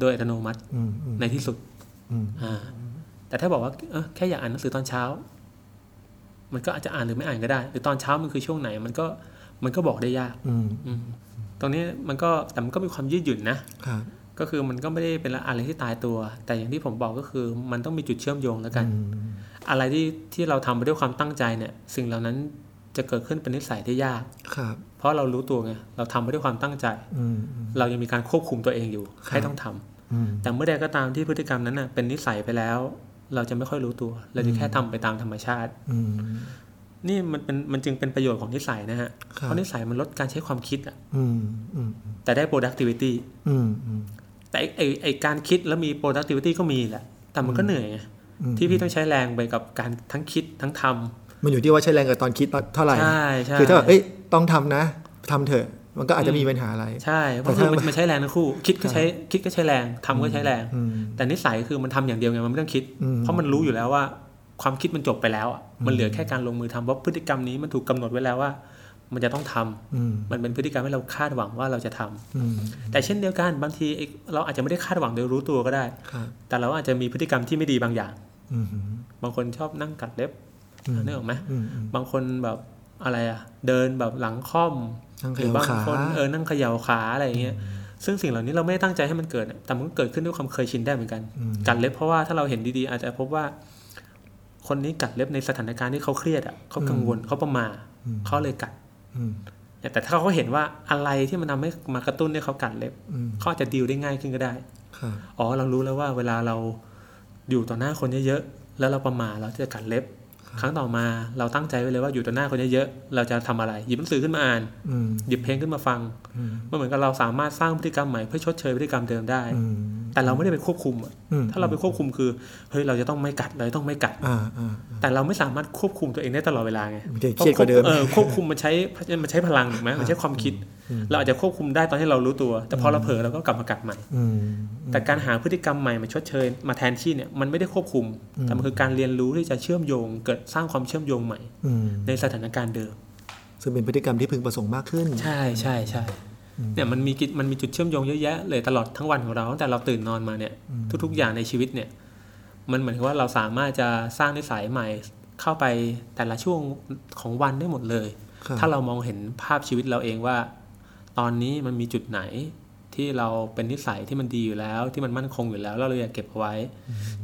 [SPEAKER 3] โดยอัตโนมัติ
[SPEAKER 2] อืมอืม
[SPEAKER 3] ในที่สุด
[SPEAKER 2] อืม
[SPEAKER 3] อ่าแต่ถ้าบอกว่าเออแค่อยากอ่านหนังสือตอนเช้า มันก็อาจจะอ่านหรือไม่อ่านก็ได้ หรือตอนเช้ามันคือช่วงไหนมันก็มันก็บอกได้ยาก
[SPEAKER 2] อืม
[SPEAKER 3] อืมตรงนี้มันก็แต่มันก็มีความยืดหยุ่นนะ
[SPEAKER 2] ครับ
[SPEAKER 3] ก็คือมันก็ไม่ได้เป็นอะไรที่ตายตัว แต่อย่างที่ผมบอกก็คือ มันต้องมีจุดเชื่อมโยงแล้วกัน
[SPEAKER 2] อืม
[SPEAKER 3] อะไรที่ที่เราทำไปด้วยความตั้งใจเนี่ย สิ่งเหล่านั้นจะเกิดขึ้นเป็นนิสัยที่ยาก
[SPEAKER 2] ครับ
[SPEAKER 3] เพราะเรารู้ตัวไงเราทำไปด้วยความตั้งใจ
[SPEAKER 2] อืมอืม
[SPEAKER 3] เรายังมีการควบคุมตัวเองอยู่
[SPEAKER 2] ครับ
[SPEAKER 3] ให้ต้องทำ
[SPEAKER 2] อืม
[SPEAKER 3] แต่เมื่อใดก็ตามที่พฤติกรรมนั้นน่ะเป็นนิสัยไปแล้ว เราจะไม่ค่อยรู้ตัว เราจะแค่ทำไปตามธรรมชาติ
[SPEAKER 2] อืม
[SPEAKER 3] นี่มันเป็นมันจึงเป็นประโยชน์ของนิสัยนะฮะ
[SPEAKER 2] ครับ
[SPEAKER 3] เพราะนิสัยมันลดการใช้ความคิดอะ
[SPEAKER 2] อืมอืม
[SPEAKER 3] แต่ได้ productivity
[SPEAKER 2] อืมอืม
[SPEAKER 3] แต่ไอ้ไอ้ไอ้การคิดแล้วมี productivity ก็มีแหละแต่มันก็เหนื่อยไง
[SPEAKER 2] อืม
[SPEAKER 3] ที่พี่ต้องใช้แรงไปกับการทั้งคิดทั้งทำ
[SPEAKER 2] มันอยู่ที่ว่าใช้แรงกับตอนคิดเท่าไหร่
[SPEAKER 3] ใช่ใช่
[SPEAKER 2] คือถ้าแบบเอ้ย ต้องทำนะ ทำเถอะ มันก็อาจจะมีปัญหาอะไร
[SPEAKER 3] ใช่เพราะ
[SPEAKER 2] แต่
[SPEAKER 3] คือ
[SPEAKER 2] ถ้ามั
[SPEAKER 3] มัน
[SPEAKER 2] น
[SPEAKER 3] มันใช้แรงทั้งคู่ คิดก็ใช้คิดก็ใช้แรงทำก็ใช้แรง
[SPEAKER 2] อืม
[SPEAKER 3] แต่นิสัยคือมันทำอย่างเดียวไงมันไม่ต้องคิด
[SPEAKER 2] อืม
[SPEAKER 3] เพราะมันรู้อยู่แล้วว่า ความคิดมันจบไปแล้วอะมันเหลือแค่การลงมือทำเพราะพฤติกรรมนี้มันถูกกำหนดไว้แล้วว่า มันจะต้องทำ
[SPEAKER 2] อืม
[SPEAKER 3] มันเป็นพฤติกรรมที่เราคาดหวังว่าเราจะทำ
[SPEAKER 2] อืม
[SPEAKER 3] แต่เช่นเดียวกันบางทีไอ้เราอาจจะไม่ได้คาดหวังโดยรู้ตัวก็ได้
[SPEAKER 2] ครับ
[SPEAKER 3] แต่เราอาจจะมีพฤติกรรมที่ไม่ดีบางอย่าง
[SPEAKER 2] อืมอืม
[SPEAKER 3] บางคนชอบนั่งกัดเล็บ
[SPEAKER 2] อืม
[SPEAKER 3] นึกออกไหม
[SPEAKER 2] อืมอืม
[SPEAKER 3] บางคนแบบอะไรอะเดินแบบหลังค่อม
[SPEAKER 2] นั่ง
[SPEAKER 3] ห
[SPEAKER 2] เข
[SPEAKER 3] รื
[SPEAKER 2] ย่า
[SPEAKER 3] บาง
[SPEAKER 2] ขา
[SPEAKER 3] คนเออนั่งเขย่าขาอะไรอย่างเงี้ยซึ่งสิ่งเหล่านี้เราไม่ได้ตั้งใจให้มันเกิดอะแต่มันก็เกิดขึ้นด้วยความเคยชินได้เหมือนกัน
[SPEAKER 2] อืม
[SPEAKER 3] กัดเล็บเพราะว่าถ้าเราเห็นดีๆ อาจจะพบว่า คนนี้กัดเล็บในสถานการณ์ที่เขาเครียดอ่ะเขากังวลเขาประมาท
[SPEAKER 2] อืม
[SPEAKER 3] เขาเลยกัด
[SPEAKER 2] อืม
[SPEAKER 3] เนี่ยแต่ถ้าเขาเห็นว่าอะไรที่มันทำให้มากระตุ้นให้เขากัดเล็บ
[SPEAKER 2] อืม
[SPEAKER 3] เขาอาจจะดีลได้ง่ายขึ้นก็ได้
[SPEAKER 2] ครับ
[SPEAKER 3] อ๋อเรารู้แล้วว่าเวลาเราอยู่ต่อหน้าคนเยอะๆแล้วเราประมาทเราจะกัดเล็บ ครั้งต่อมาเราตั้งใจไว้เลยว่าอยู่ต่อหน้าคนเยอะๆเราจะทำอะไร หยิบหนังสือขึ้นมาอ่าน
[SPEAKER 2] อืม
[SPEAKER 3] หยิบเพลงขึ้นมาฟัง
[SPEAKER 2] อืม
[SPEAKER 3] มันเหมือนกับเราสามารถสร้างพฤติกรรมใหม่เพื่อชดเชยพฤติกรรมเดิมได้
[SPEAKER 2] อืม
[SPEAKER 3] แต่เราไม่ได้ไปควบคุมอะ
[SPEAKER 2] อืม
[SPEAKER 3] ถ้าเราไปควบคุมคือเฮ้ยเราจะต้องไม่กัดเราจะต้องไม่กัด
[SPEAKER 2] อ่าอ่าอ่า
[SPEAKER 3] แต่เราไม่สามารถควบคุมตัวเองได้ตลอดเวลาไง
[SPEAKER 2] มันจะเครียดกว่าเดิม
[SPEAKER 3] ออควบคุมมันใช้มันใช้พลังถูกไหมมันใช้ความคิด
[SPEAKER 2] อืม
[SPEAKER 3] เราอาจจะควบคุมได้ตอนที่เรารู้ตัว แต่พอเราเผลอเราก็กลับมากัดใหม่
[SPEAKER 2] อืม
[SPEAKER 3] แต่การหาพฤติกรรมใหม่มาชดเชยมาแทนที่เนี่ยมันไม่ได้ควบคุม
[SPEAKER 2] อืม
[SPEAKER 3] แต่มันคือการเรียนรู้ที่จะเชื่อมโยง เกิดสร้างความเชื่อมโยงใหม่
[SPEAKER 2] อืม
[SPEAKER 3] ในสถานการณ์เดิม
[SPEAKER 2] ซึ่งเป็นพฤติกรรมที่พึงประสงค์มากขึ้น
[SPEAKER 3] ใช่ใช่ใช่
[SPEAKER 2] อืม
[SPEAKER 3] เนี่ยมันมีกิจมันมีจุดเชื่อมโยงเยอะแยะเลยตลอดทั้งวันของเราตั้งแต่เราตื่นนอนมาเนี่ย
[SPEAKER 2] อืม
[SPEAKER 3] ทุกๆอย่างในชีวิตเนี่ย มันเหมือนกับว่าเราสามารถจะสร้างนิสัยใหม่เข้าไปแต่ละช่วงของวันได้หมดเลย
[SPEAKER 2] ครับ
[SPEAKER 3] ถ้าเรามองเห็นภาพชีวิตเราเองว่า ตอนนี้มันมีจุดไหนที่เราเป็นนิสัยที่มันดีอยู่แล้ว ที่มันมั่นคงอยู่แล้วแล้วเราอยากเก็บเอาไว้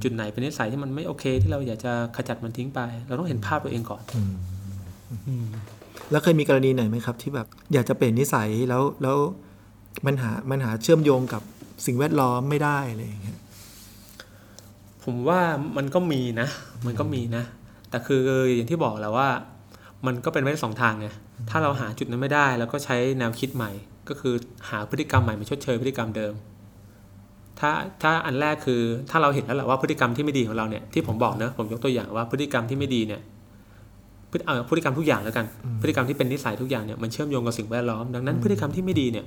[SPEAKER 3] จุดไหนเป็นนิสัยที่มันไม่โอเค ที่เราอยากจะขจัดมันทิ้งไป เราต้องเห็นภาพตัวเองก่อน
[SPEAKER 2] อืมแล้วเคยมีกรณีไหนไหมครับ ที่แบบอยากจะเปลี่ยนนิสัยแล้วแล้วมันหามันหาเชื่อมโยงกับสิ่งแวดล้อมไม่ได้อะไรอย่างเงี้ย
[SPEAKER 3] ผมว่ามันก็มีนะ มันก็มีนะ แต่คืออย่างที่บอกแหล้วว่า มันก็เป็นไปได้สองทางไง ถ้าเราหาจุดนั้นไม่ได้แล้วก็ใช้แนวคิดใหม่ ก็คือหาพฤติกรรมใหม่มาชดเชยพฤติกรรมเดิม ถ้าถ้าอันแรกคือถ้าเราเห็นแล้วแหละว่าพฤติกรรมที่ไม่ดีของเราเนี่ยที่ผมบอกเนอะผมยกตัวอย่างว่าพฤติกรรมที่ไม่ดีเนี่ยพฤติเอ่อพฤติกรรมทุกอย่างแล้วกัน พฤติกรรมที่เป็นนิสัยทุกอย่างเนี่ยมันเชื่อมโยงกับสิ่งแวดล้อมดังนั้นพฤติกรรมที่ไม่ดีเนี่ย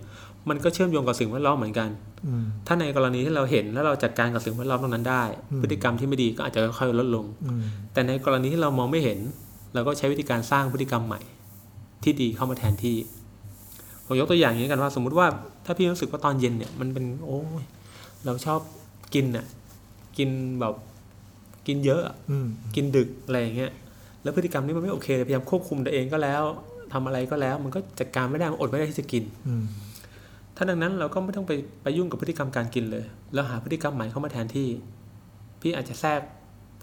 [SPEAKER 3] มันก็เชื่อมโยงกับสิ่งแวดล้อมเหมือนกัน
[SPEAKER 2] อืม
[SPEAKER 3] ถ้าในกรณีที่เราเห็นแล้วเราจัดการกับสิ่งแวดล้อมตรงนั้นได้
[SPEAKER 2] อืม
[SPEAKER 3] พฤติกรรมที่ไม่ดีก็อาจจะค่อยๆลดลง
[SPEAKER 2] อืม
[SPEAKER 3] แต่ในกรณีที่เรามองไม่เห็น เราก็ใช้วิธีการสร้างพฤติกรรมใหม่ ที่ดีเข้ามาแทนที่ผมยกตัวอย่างอย่างนี้กันว่า สมมุติว่าถ้าพี่รู้สึกว่าตอนเย็นเนี่ยมันเป็นโอ้ยเราชอบกินน่ะกินแบบกินเยอะอะ
[SPEAKER 2] อืม
[SPEAKER 3] กินดึกอะไรอย่างเงี้ยแล้วพฤติกรรมนี้มันไม่โอเคเลยพยายามควบคุมตัวเองก็แล้วทำอะไรก็แล้ว มันก็จัดการไม่ได้มันอดไม่ได้ที่จะกิน
[SPEAKER 2] อืม
[SPEAKER 3] ถ้าดังนั้นเราก็ไม่ต้องไปไปยุ่งกับพฤติกรรมการกินเลย แล้วหาพฤติกรรมใหม่เข้ามาแทนที่ พี่อาจจะแทรก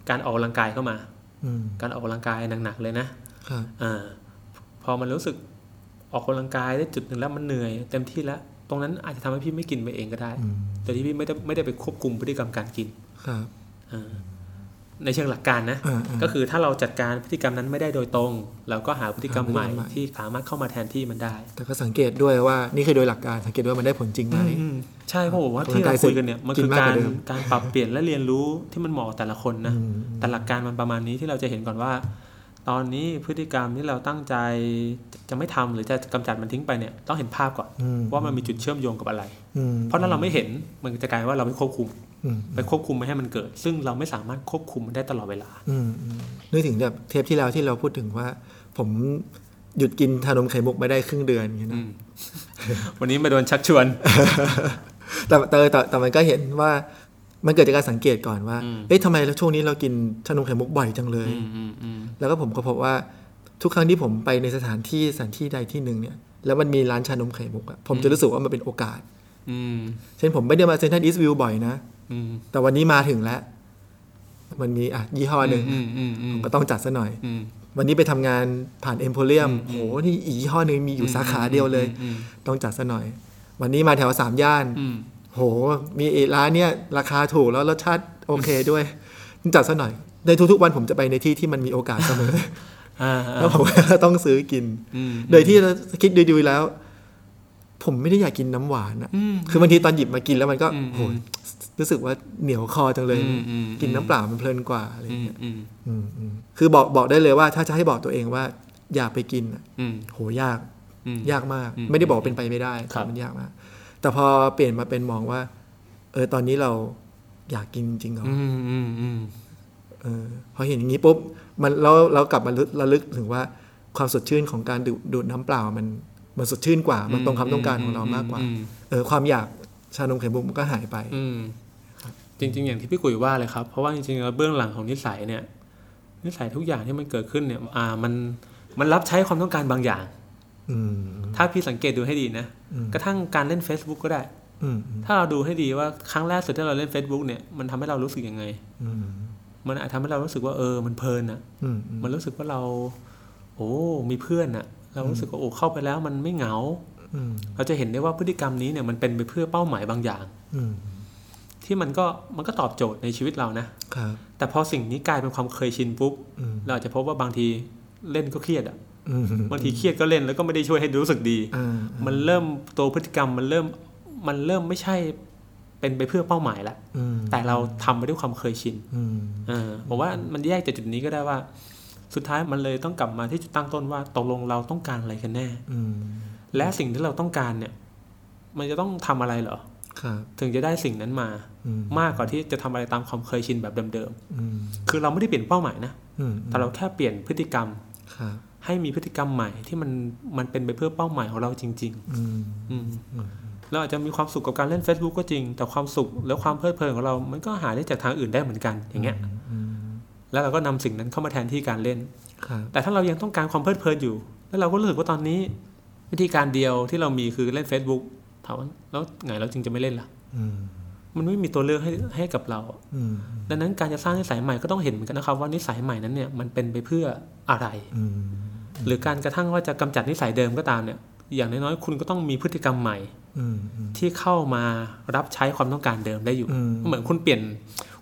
[SPEAKER 3] การออกกำลังกายเข้ามา
[SPEAKER 2] อืม
[SPEAKER 3] การออกกำลังกายหนักๆเลยนะครับ อ่าพอมันรู้สึกออกกำลังกายได้จุดหนึ่งแล้วมันเหนื่อย เต็มที่แล้ว ตรงนั้นอาจจะทำให้พี่ไม่กินไปเองก็ได้
[SPEAKER 2] อืม
[SPEAKER 3] โดยที่พี่ไม่ได้ไม่ได้ไปควบคุมพฤติกรรมการกิน
[SPEAKER 2] ครับ
[SPEAKER 3] อ่า ในเชิงหลักการนะ
[SPEAKER 2] อ่าอ่า
[SPEAKER 3] ก็คือถ้าเราจัดการพฤติกรรมนั้นไม่ได้โดยตรง เราก็หาพฤติกรรม
[SPEAKER 2] หาพฤติ
[SPEAKER 3] ให
[SPEAKER 2] กรร
[SPEAKER 3] ม่
[SPEAKER 2] มใหม่
[SPEAKER 3] ที่สามารถเข้ามาแทนที่มันได้
[SPEAKER 2] แต่ก็สังเกตด้วยว่านี่คือโดยหลักการสังเกตว่ามันได้ผลจริงไหม
[SPEAKER 3] อืมใช่เพราะผมว่า
[SPEAKER 2] คน
[SPEAKER 3] ที่เรา
[SPEAKER 2] ตาย
[SPEAKER 3] คุยกันเนี่ยมัน
[SPEAKER 2] กิน
[SPEAKER 3] คือ
[SPEAKER 2] มาก
[SPEAKER 3] กาก ร
[SPEAKER 2] ว่าเดิม
[SPEAKER 3] การปรับเปลี่ยนและเรียนรู้ที่มันเหมาะกับแต่ละคนนะ
[SPEAKER 2] อืม
[SPEAKER 3] แต่หลักการมันประมาณนี้ที่เราจะเห็นก่อนว่า ตอนนี้พฤติกรรมที่เราตั้งใจจะไม่ทำหรือจะกำจัดมันทิ้งไปเนี่ยต้องเห็นภาพก่อน
[SPEAKER 2] อืม
[SPEAKER 3] ว่ามันมีจุดเชื่อมโยงกับอะไร
[SPEAKER 2] อืม
[SPEAKER 3] เพราะถ้าเราไม่เห็นมันจะกลายว่าเราไม่ควบคุม
[SPEAKER 2] อืม
[SPEAKER 3] ไปควบคุมไม่ให้มันเกิด ซึ่งเราไม่สามารถควบคุมมันได้ตลอดเวลา
[SPEAKER 2] อืมอืมนึกถึงแบบเทปที่แล้วที่เราพูดถึงว่า ผมหยุดกินทานมไข่มุกไม่ได้ครึ่งเดือนอย่างเงี้ยนะ
[SPEAKER 3] วันนี้มาโดนชักชวน
[SPEAKER 2] แต่แต่แต่แต่มันก็เห็นว่ามันเกิดจากการสังเกตก่อนว่า เอ๊ะทำไมช่วงนี้เรากินทานมไข่มุกบ่อยจังเลย แล้วก็ผมก็พบว่าทุกครั้งที่ผมไปในสถานที่สถานที่ใดที่หนึ่งเนี่ย แล้วมันมีร้านชานมไข่มุกอะผมจะรู้สึกว่ามันเป็นโอกาส
[SPEAKER 3] อืม
[SPEAKER 2] เช่นผมไม่ได้มาเซนทรัลอีสต์วิวบ่อยนะ
[SPEAKER 3] อืม
[SPEAKER 2] แต่วันนี้มาถึงแล้ว มันมีอ่ะยี่ห้อหนึ่ง
[SPEAKER 3] อืมอืมอื
[SPEAKER 2] ผม มก็ต้องจัดซะหน่อย
[SPEAKER 3] อืม
[SPEAKER 2] วันนี้ไปทำงานผ่านเอ็มโพเรียมโห นี่อีกยี่ห้อหนึ่งมีอยู่สาขาเดียวเลย
[SPEAKER 3] อืม
[SPEAKER 2] ต้องจัดซะหน่อย วันนี้มาแถวสามย่าน
[SPEAKER 3] อืม
[SPEAKER 2] โห มีเอร้านเนี่ย ราคาถูกแล้วรสชาติโอเคด้วย จัดซะหน่อย ในทุกๆวันผมจะไปในที่ที่มันมีโอกาสเสมอ
[SPEAKER 3] อ่า
[SPEAKER 2] แล้วผมก็ต้องซื้อกิน
[SPEAKER 3] อืม
[SPEAKER 2] โดยที่เราคิดดูๆแล้ว ผมไม่ได้อยากกินน้ำหวานอะ
[SPEAKER 3] อืม
[SPEAKER 2] คือบางทีตอนหยิบมากินแล้วมันก็
[SPEAKER 3] อืม
[SPEAKER 2] โหรู้สึกว่าเหนียวคอจังเลย
[SPEAKER 3] อืมอืม
[SPEAKER 2] กินน้ำเปล่ามันเพลินกว่าอะไรอย่างเงี้ย
[SPEAKER 3] อืม
[SPEAKER 2] อืมอืมคือบอกบอกได้เลยว่าถ้าจะให้บอกตัวเองว่า อย่าไปกินอะ
[SPEAKER 3] อืม
[SPEAKER 2] โหยาก
[SPEAKER 3] อืม
[SPEAKER 2] ยากมาก
[SPEAKER 3] อืม
[SPEAKER 2] ไม่ได้บอกเป็นไปไม่ได้
[SPEAKER 3] ครับ
[SPEAKER 2] มันยากมาก แต่พอเปลี่ยนมาเป็นมองว่า เออตอนนี้เราอยากกินจริงๆเหรอ
[SPEAKER 3] อืมอืมอืม
[SPEAKER 2] เออพอเห็นอย่างนี้ปุ๊บมันแล้วเรากลับมาระระลึกถึงว่าความสดชื่นของการดื่มดูดน้ำเปล่ามันมันสดชื่นกว่า มันตรงความต้องการของเรามากกว่า
[SPEAKER 3] อืม
[SPEAKER 2] เออความอยากชานมไข่มุกมันก็หายไป
[SPEAKER 3] อืมจริง ๆ อย่างที่พี่กุยว่าเลยครับ เพราะว่าจริงๆแล้วเบื้องหลังของนิสัยเนี่ย นิสัยทุกอย่างที่มันเกิดขึ้นเนี่ย อ่ามันมันรับใช้ความต้องการบางอย่าง
[SPEAKER 2] อืม
[SPEAKER 3] ถ้าพี่สังเกตดูให้ดีนะ
[SPEAKER 2] อืม
[SPEAKER 3] กระทั่งการเล่น Facebook ก็ได้
[SPEAKER 2] อืมอืม
[SPEAKER 3] ถ้าเราดูให้ดีว่าครั้งแรกสุดที่เราเล่น Facebook เนี่ยมันทำให้เรารู้สึกยังไง
[SPEAKER 2] อืม
[SPEAKER 3] มันอาจทำให้เรารู้สึกว่าเออมันเพลินอะ
[SPEAKER 2] อืมอืม
[SPEAKER 3] มันรู้สึกว่าเรา โอ้มีเพื่อนอะเรารู้สึกว่าโอ้เข้าไปแล้วมันไม่เหงา
[SPEAKER 2] อืม
[SPEAKER 3] เราจะเห็นได้ว่าพฤติกรรมนี้เนี่ยมันเป็นไปเพื่อเป้าหมายบางอย่าง
[SPEAKER 2] อืม
[SPEAKER 3] ที่มันก็มันก็ตอบโจทย์ในชีวิตเรานะครับ แต่พอสิ่งนี้กลายเป็นความเคยชินปุ๊บ
[SPEAKER 2] อืม
[SPEAKER 3] เราอาจจะพบว่าบางทีเล่นก็เครียดอะ
[SPEAKER 2] อืม
[SPEAKER 3] บางทีเครียดก็เล่นแล้วก็ไม่ได้ช่วยให้รู้สึกดี
[SPEAKER 2] อ่า
[SPEAKER 3] มันเริ่มตัวพฤติกรรมมันเริ่มมันเริ่มไม่ใช่เป็นไปเพื่อเป้าหมายละ
[SPEAKER 2] อืม
[SPEAKER 3] แต่เราทำไปด้วยความเคยชิน
[SPEAKER 2] อืม
[SPEAKER 3] เออผมว่ามันแยกจากจุดนี้ก็ได้ว่า สุดท้ายมันเลยต้องกลับมาที่จุดตั้งต้นว่าตกลงเราต้องการอะไรกันแน่
[SPEAKER 2] อืม
[SPEAKER 3] และสิ่งที่เราต้องการเนี่ย มันจะต้องทำอะไรเหรอ
[SPEAKER 2] ครับ
[SPEAKER 3] ถึงจะได้สิ่งนั้นมา
[SPEAKER 2] อืม
[SPEAKER 3] มากกว่าที่จะทำอะไรตามความเคยชินแบบเดิม
[SPEAKER 2] อืม
[SPEAKER 3] ๆคือเราไม่ได้เปลี่ยนเป้าหมายนะ
[SPEAKER 2] อืม
[SPEAKER 3] แต่เราแค่เปลี่ยนพฤติกรรม
[SPEAKER 2] ครับ
[SPEAKER 3] ให้มีพฤติกรรมใหม่ที่มันมันเป็นไปเพื่อเป้าหมายของเราจริง ๆ
[SPEAKER 2] อืม
[SPEAKER 3] อืม
[SPEAKER 2] อืม
[SPEAKER 3] เราอาจจะมีความสุขกับการเล่น Facebook ก็จริง แต่ความสุขและความเพลิดเพลินของเรา มันก็หาได้จากทางอื่นได้เหมือนกัน อย่างเงี้ย
[SPEAKER 2] อืม
[SPEAKER 3] แล้วเราก็นำสิ่งนั้นเข้ามาแทนที่การเล่น
[SPEAKER 2] ครับ
[SPEAKER 3] แต่ถ้าเรายังต้องการความเพลิดเพลินอยู่ แล้วเราก็รู้สึกว่าตอนนี้ วิธีการเดียวที่เรามีคือเล่น Facebook ถามว่าแล้วไงเราจึงจะไม่เล่นล่ะ
[SPEAKER 2] อืม
[SPEAKER 3] มันไม่มีตัวเลือกให้ให้กับเรา
[SPEAKER 2] อืม
[SPEAKER 3] ดังนั้นการจะสร้างนิสัยใหม่ก็ต้องเห็นเหมือนกันนะครับว่านิสัยใหม่นั้นเนี่ยมันเป็นไปเพื่ออะไร
[SPEAKER 2] อืม
[SPEAKER 3] หรือการกระทั่งว่าจะกำจัดนิสัยเดิมก็ตามเนี่ย อย่างน้อยๆคุณก็ต้องมีพฤติกรรมใหม่
[SPEAKER 2] อืมอืม
[SPEAKER 3] ที่เข้ามารับใช้ความต้องการเดิมได้อยู่
[SPEAKER 2] อืม
[SPEAKER 3] เหมือนคุณเปลี่ยน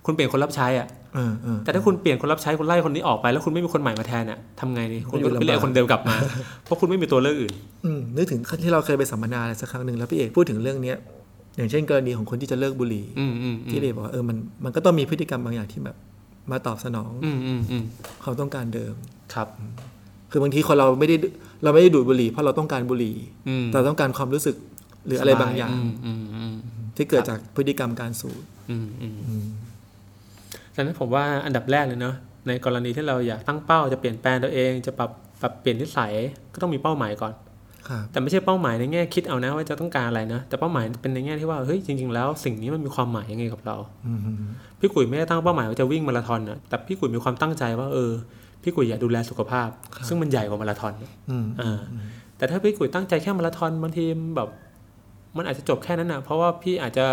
[SPEAKER 3] คุณเปลี่ยนคนรับใช้อ่ะ
[SPEAKER 2] เออเออ
[SPEAKER 3] แต่ถ้าคุณเปลี่ยนคนรับใช้คุณไล่คนนี้ออกไป แล้วคุณไม่มีคนใหม่มาแทนอ่ะทำไงดีคุณก็
[SPEAKER 2] อยู่ลำบาก
[SPEAKER 3] ไปเรียกคนเดิมกลับมา เพราะคุณไม่มีตัวเลือกอื่น
[SPEAKER 2] อืมนึกถึงที่เราเคยไปสัมมนาอะไรสักครั้งหนึ่งแล้วพี่เอกพูดถึงเรื่องเนี้ย อย่างเช่นกรณีของคนที่จะเลิกบุหรี่
[SPEAKER 3] อืมอืม
[SPEAKER 2] ที่พี่เอกบอกว่าเออมันมันก็ต้องมีพฤติกรรมบางอย่างที่แบบมาตอบสนอง
[SPEAKER 3] อืมอืมอืม
[SPEAKER 2] ความต้องการเดิม
[SPEAKER 3] ครับ
[SPEAKER 2] คือบางทีคนเราไม่ได้เราไม่ได้ดูดบุหรี่เพราะเราต้องการบุหรี่
[SPEAKER 3] อืม
[SPEAKER 2] แต่เราต้องการความรู้สึกหรืออะไรบางอย่าง
[SPEAKER 3] มอืมอืม
[SPEAKER 2] ที่เกิดจากพฤติกรรมการสูบ
[SPEAKER 3] อืมอืม
[SPEAKER 2] อืม
[SPEAKER 3] ดังนั้นผมว่าอันดับแรกเลยเนาะในกรณีที่เราอยากตั้งเป้าจะเปลี่ยนแปลงตัวเองจะปรับปรับเปลี่ยนนิสัยก็ต้องมีเป้าหมายก่อน
[SPEAKER 2] ครับ
[SPEAKER 3] แต่ไม่ใช่เป้าหมายในแง่คิดเอานะว่าจะต้องการอะไรนะแต่เป้าหมายเป็นในแง่ที่ว่าเฮ้ยจริงๆแล้วสิ่งนี้มันมีความหมายยังไงกับเรา
[SPEAKER 2] อืม
[SPEAKER 3] พี่กุ๋ยไม่ได้ตั้งเป้าหมายว่าจะวิ่งมาราธอนนะแต่พี่กุ๋ยมีความตั้งใจว่าเออ พี่กุ๋ยอยากดูแลสุขภาพ ซึ่งมันใหญ่กว่ามาราธอนนะ
[SPEAKER 2] อืม
[SPEAKER 3] อ่าแต่ถ้าพี่กุ๋ยตั้งใจแค่มาราธอนบางทีแบบ มันอาจจะจบแค่นั้นนะเพราะว่าพี่อาจจะ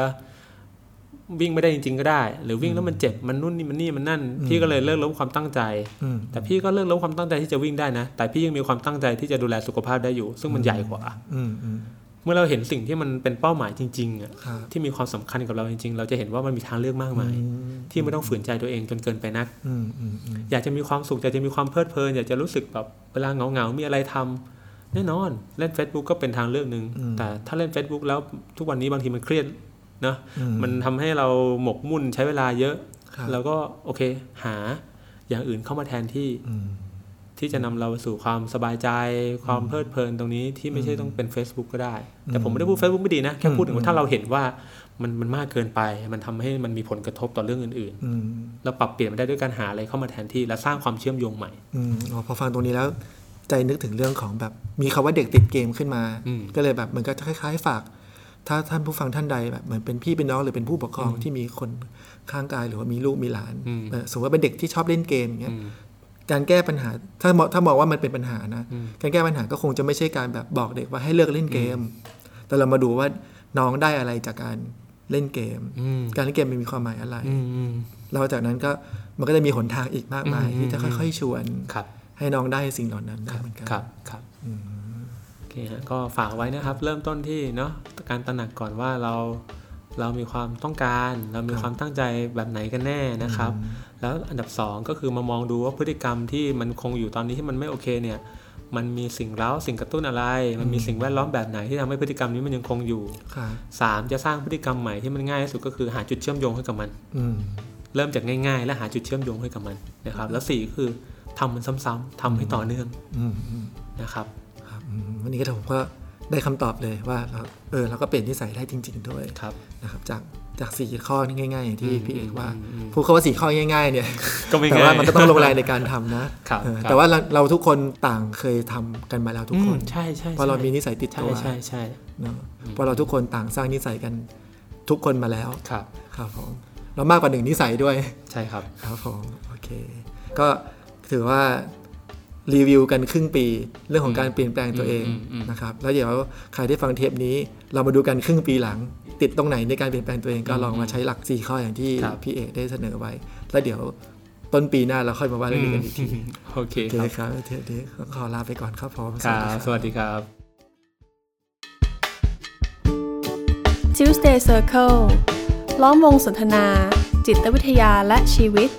[SPEAKER 3] วิ่งไม่ได้จริง ๆ ก็ได้ หรือวิ่งแล้วมันเจ็บมันนู่นนี่มันนี่มันนั่น พี่ก็เลยเลิกล้มความตั้งใจ
[SPEAKER 2] อืม
[SPEAKER 3] แต่พี่ก็เลิกล้มความตั้งใจที่จะวิ่งได้นะ แต่พี่ยังมีความตั้งใจที่จะดูแลสุขภาพได้อยู่ ซึ่งมันใหญ่กว่า
[SPEAKER 2] อืมอืม
[SPEAKER 3] เมื่อเราเห็นสิ่งที่มันเป็นเป้าหมายจริงๆอะ
[SPEAKER 2] ครับ
[SPEAKER 3] ที่มีความสำคัญกับเราจริงๆ เราจะเห็นว่ามันมีทางเลือกมากมาย ที่ไม่ต้องฝืนใจตัวเองจนเกินไปนัก
[SPEAKER 2] อืมอืมอืม
[SPEAKER 3] อยากจะมีความสุขอยากจะมีความเพลิดเพลินอยากจะรู้สึกแบบเวลาเหงาๆมีอะไรทำแน่นอนเล่น Facebook ก็เป็นทางเลือกหนึ่งแต่ถ้าเล่น Facebook แล้วทุกวันนี้บางทีมันเครียดนะ
[SPEAKER 2] อื
[SPEAKER 3] มันทำให้เราหมกมุ่นใช้เวลาเยอะ
[SPEAKER 2] ครับ
[SPEAKER 3] แล้วก็โอเค หาอย่างอื่นเข้ามาแทนที่
[SPEAKER 2] อืม
[SPEAKER 3] ที่จะนำเราสู่ความสบายใจ ความเพลิดเพลินตรงนี้ที่ไม่ใช่ต้องเป็น Facebook ก็ได้ แต่ผมไม่ได้พูด Facebook ไม่ดีนะแค่พูดถึงว่าถ้าเราเห็นว่ามันมันมากเกินไป มันทำให้มันมีผลกระทบต่อเรื่องอื่น ๆ
[SPEAKER 2] อืม
[SPEAKER 3] เราปรับเปลี่ยนมันได้ด้วยการหาอะไรเข้ามาแทนที่และสร้างความเชื่อมโยงใหม่
[SPEAKER 2] อืมอ๋อพอฟังตรงนี้แล้ว ใจนึกถึงเรื่องของแบบ มีคำว่าเด็กติดเกมขึ้นมา
[SPEAKER 3] อืม
[SPEAKER 2] ก็เลยแบบมันก็จะคล้ายๆฝาก ถ้าท่านผู้ฟังท่านใดแบบเหมือนเป็นพี่เป็นน้องหรือเป็นผู้ปกครองที่มีคนข้างกายหรือว่ามีลูกมีหลาน
[SPEAKER 3] อืม
[SPEAKER 2] เออสมมติว่าเป็นเด็กที่ชอบเล่นเกมอย่างเงี้ย
[SPEAKER 3] อืม
[SPEAKER 2] การแก้ปัญหาถ้ามองถ้ามองว่ามันเป็นปัญหานะ
[SPEAKER 3] อืม
[SPEAKER 2] การแก้ปัญหาก็คงจะไม่ใช่การแบบบอกเด็กว่าให้เลิกเล่นเกม แต่เรามาดูว่าน้องได้อะไรจากการเล่นเกม
[SPEAKER 3] อืม
[SPEAKER 2] การเล่นเกมมันมีความหมายอะไร
[SPEAKER 3] อืมอืม
[SPEAKER 2] แล้วจากนั้นก็มันก็จะมีหนทางอีกมากมาย
[SPEAKER 3] อืม
[SPEAKER 2] ที่จะค่อย ๆ ชวน
[SPEAKER 3] ครับ
[SPEAKER 2] ให้น้องได้สิ่งเหล่านั้นได้เหมือนกัน
[SPEAKER 3] ครับครับโอเคฮะก็ฝากไว้นะครับ เริ่มต้นที่เนาะการตระหนักก่อนว่าเราเรามีความต้องการ เรามีความตั้งใจแบบไหนกันแน่นะครับ แล้วอันดับสองก็คือมามองดูว่าพฤติกรรมที่มันคงอยู่ตอนนี้ที่มันไม่โอเคเนี่ย มันมีสิ่งเร้าสิ่งกระตุ้นอะไร มันมีสิ่งแวดล้อมแบบไหนที่ทำให้พฤติกรรมนี้มันยังคงอยู่
[SPEAKER 2] ครับ
[SPEAKER 3] สามจะสร้างพฤติกรรมใหม่ที่มันง่ายที่สุดก็คือหาจุดเชื่อมโยงให้กับมัน
[SPEAKER 2] อืม
[SPEAKER 3] เริ่มจากง่ายๆ และหาจุดเชื่อมโยงให้กับมันนะครับ แล้วสี่ก็คือทำมันซ้ำๆทำให้ต่อเนื่อง
[SPEAKER 2] อืมอืม
[SPEAKER 3] นะครับ
[SPEAKER 2] ครับอืมวันนี้ก็ผมก็ได้คำตอบเลยว่าเราเออเราก็เปลี่ยนนิสัยได้จริง ๆ ด้วย
[SPEAKER 3] ครับ
[SPEAKER 2] นะครับจากจากสี่ข้อนี่ง่ายๆอย่างที่
[SPEAKER 3] อืม
[SPEAKER 2] พี่เอกว่า
[SPEAKER 3] อืมอืม
[SPEAKER 2] พูดคำว่าสี่ข้อง่ายๆเนี่ย
[SPEAKER 3] ก็ไม่
[SPEAKER 2] แต่
[SPEAKER 3] ง่าย
[SPEAKER 2] ว่ามันก็ต้องลงราย ในการทำนะครับ เออ
[SPEAKER 3] ครับ
[SPEAKER 2] แต่ว่าเราเราทุกคนต่างเคยทำกันมาแล้วทุก
[SPEAKER 3] อื
[SPEAKER 2] ค
[SPEAKER 3] ม
[SPEAKER 2] น
[SPEAKER 3] ใช่ใช่
[SPEAKER 2] เพราะเรามีนิสัยติด
[SPEAKER 3] ใช่
[SPEAKER 2] ตัว
[SPEAKER 3] ใช่ใช่
[SPEAKER 2] เนาะเพราะเราทุกคนต่างสร้างนิสัยกันทุกคนมาแล้ว
[SPEAKER 3] ครับ
[SPEAKER 2] ครับผมเรามากกว่าหนึ่งนิสัย ด้วย
[SPEAKER 3] ใช่ครับ
[SPEAKER 2] ครับผมโอเค ก็ถือว่ารีวิวกันครึ่งปี เรื่องของการเปลี่ยนแปลงตัวเอง
[SPEAKER 3] อืมอืม
[SPEAKER 2] นะครับแล้วเดี๋ยวใครได้ฟังเทปนี้ เรามาดูกันครึ่งปีหลัง ติดตรงไหนในการเปลี่ยนแปลงตัวเองก็ลองมาใช้หลักสี่ข้ออย่างที่
[SPEAKER 3] ครับ
[SPEAKER 2] พี่เอกได้เสนอไว้ แล้วเดี๋ยวต้นปีหน้าเราค่อยมาว่าเรื่องนี้กันอีกที
[SPEAKER 3] โอเค
[SPEAKER 2] โอเค
[SPEAKER 3] ครับ
[SPEAKER 2] ครับเทปนี้ขอลาไปก่อนครับผม
[SPEAKER 3] ค
[SPEAKER 2] สวัสดีครั
[SPEAKER 3] รับ
[SPEAKER 2] บ
[SPEAKER 3] สวัสดีครับ
[SPEAKER 1] Tuesday Circle ล้อมวงสนทนา จิตวิทยาและชีวิต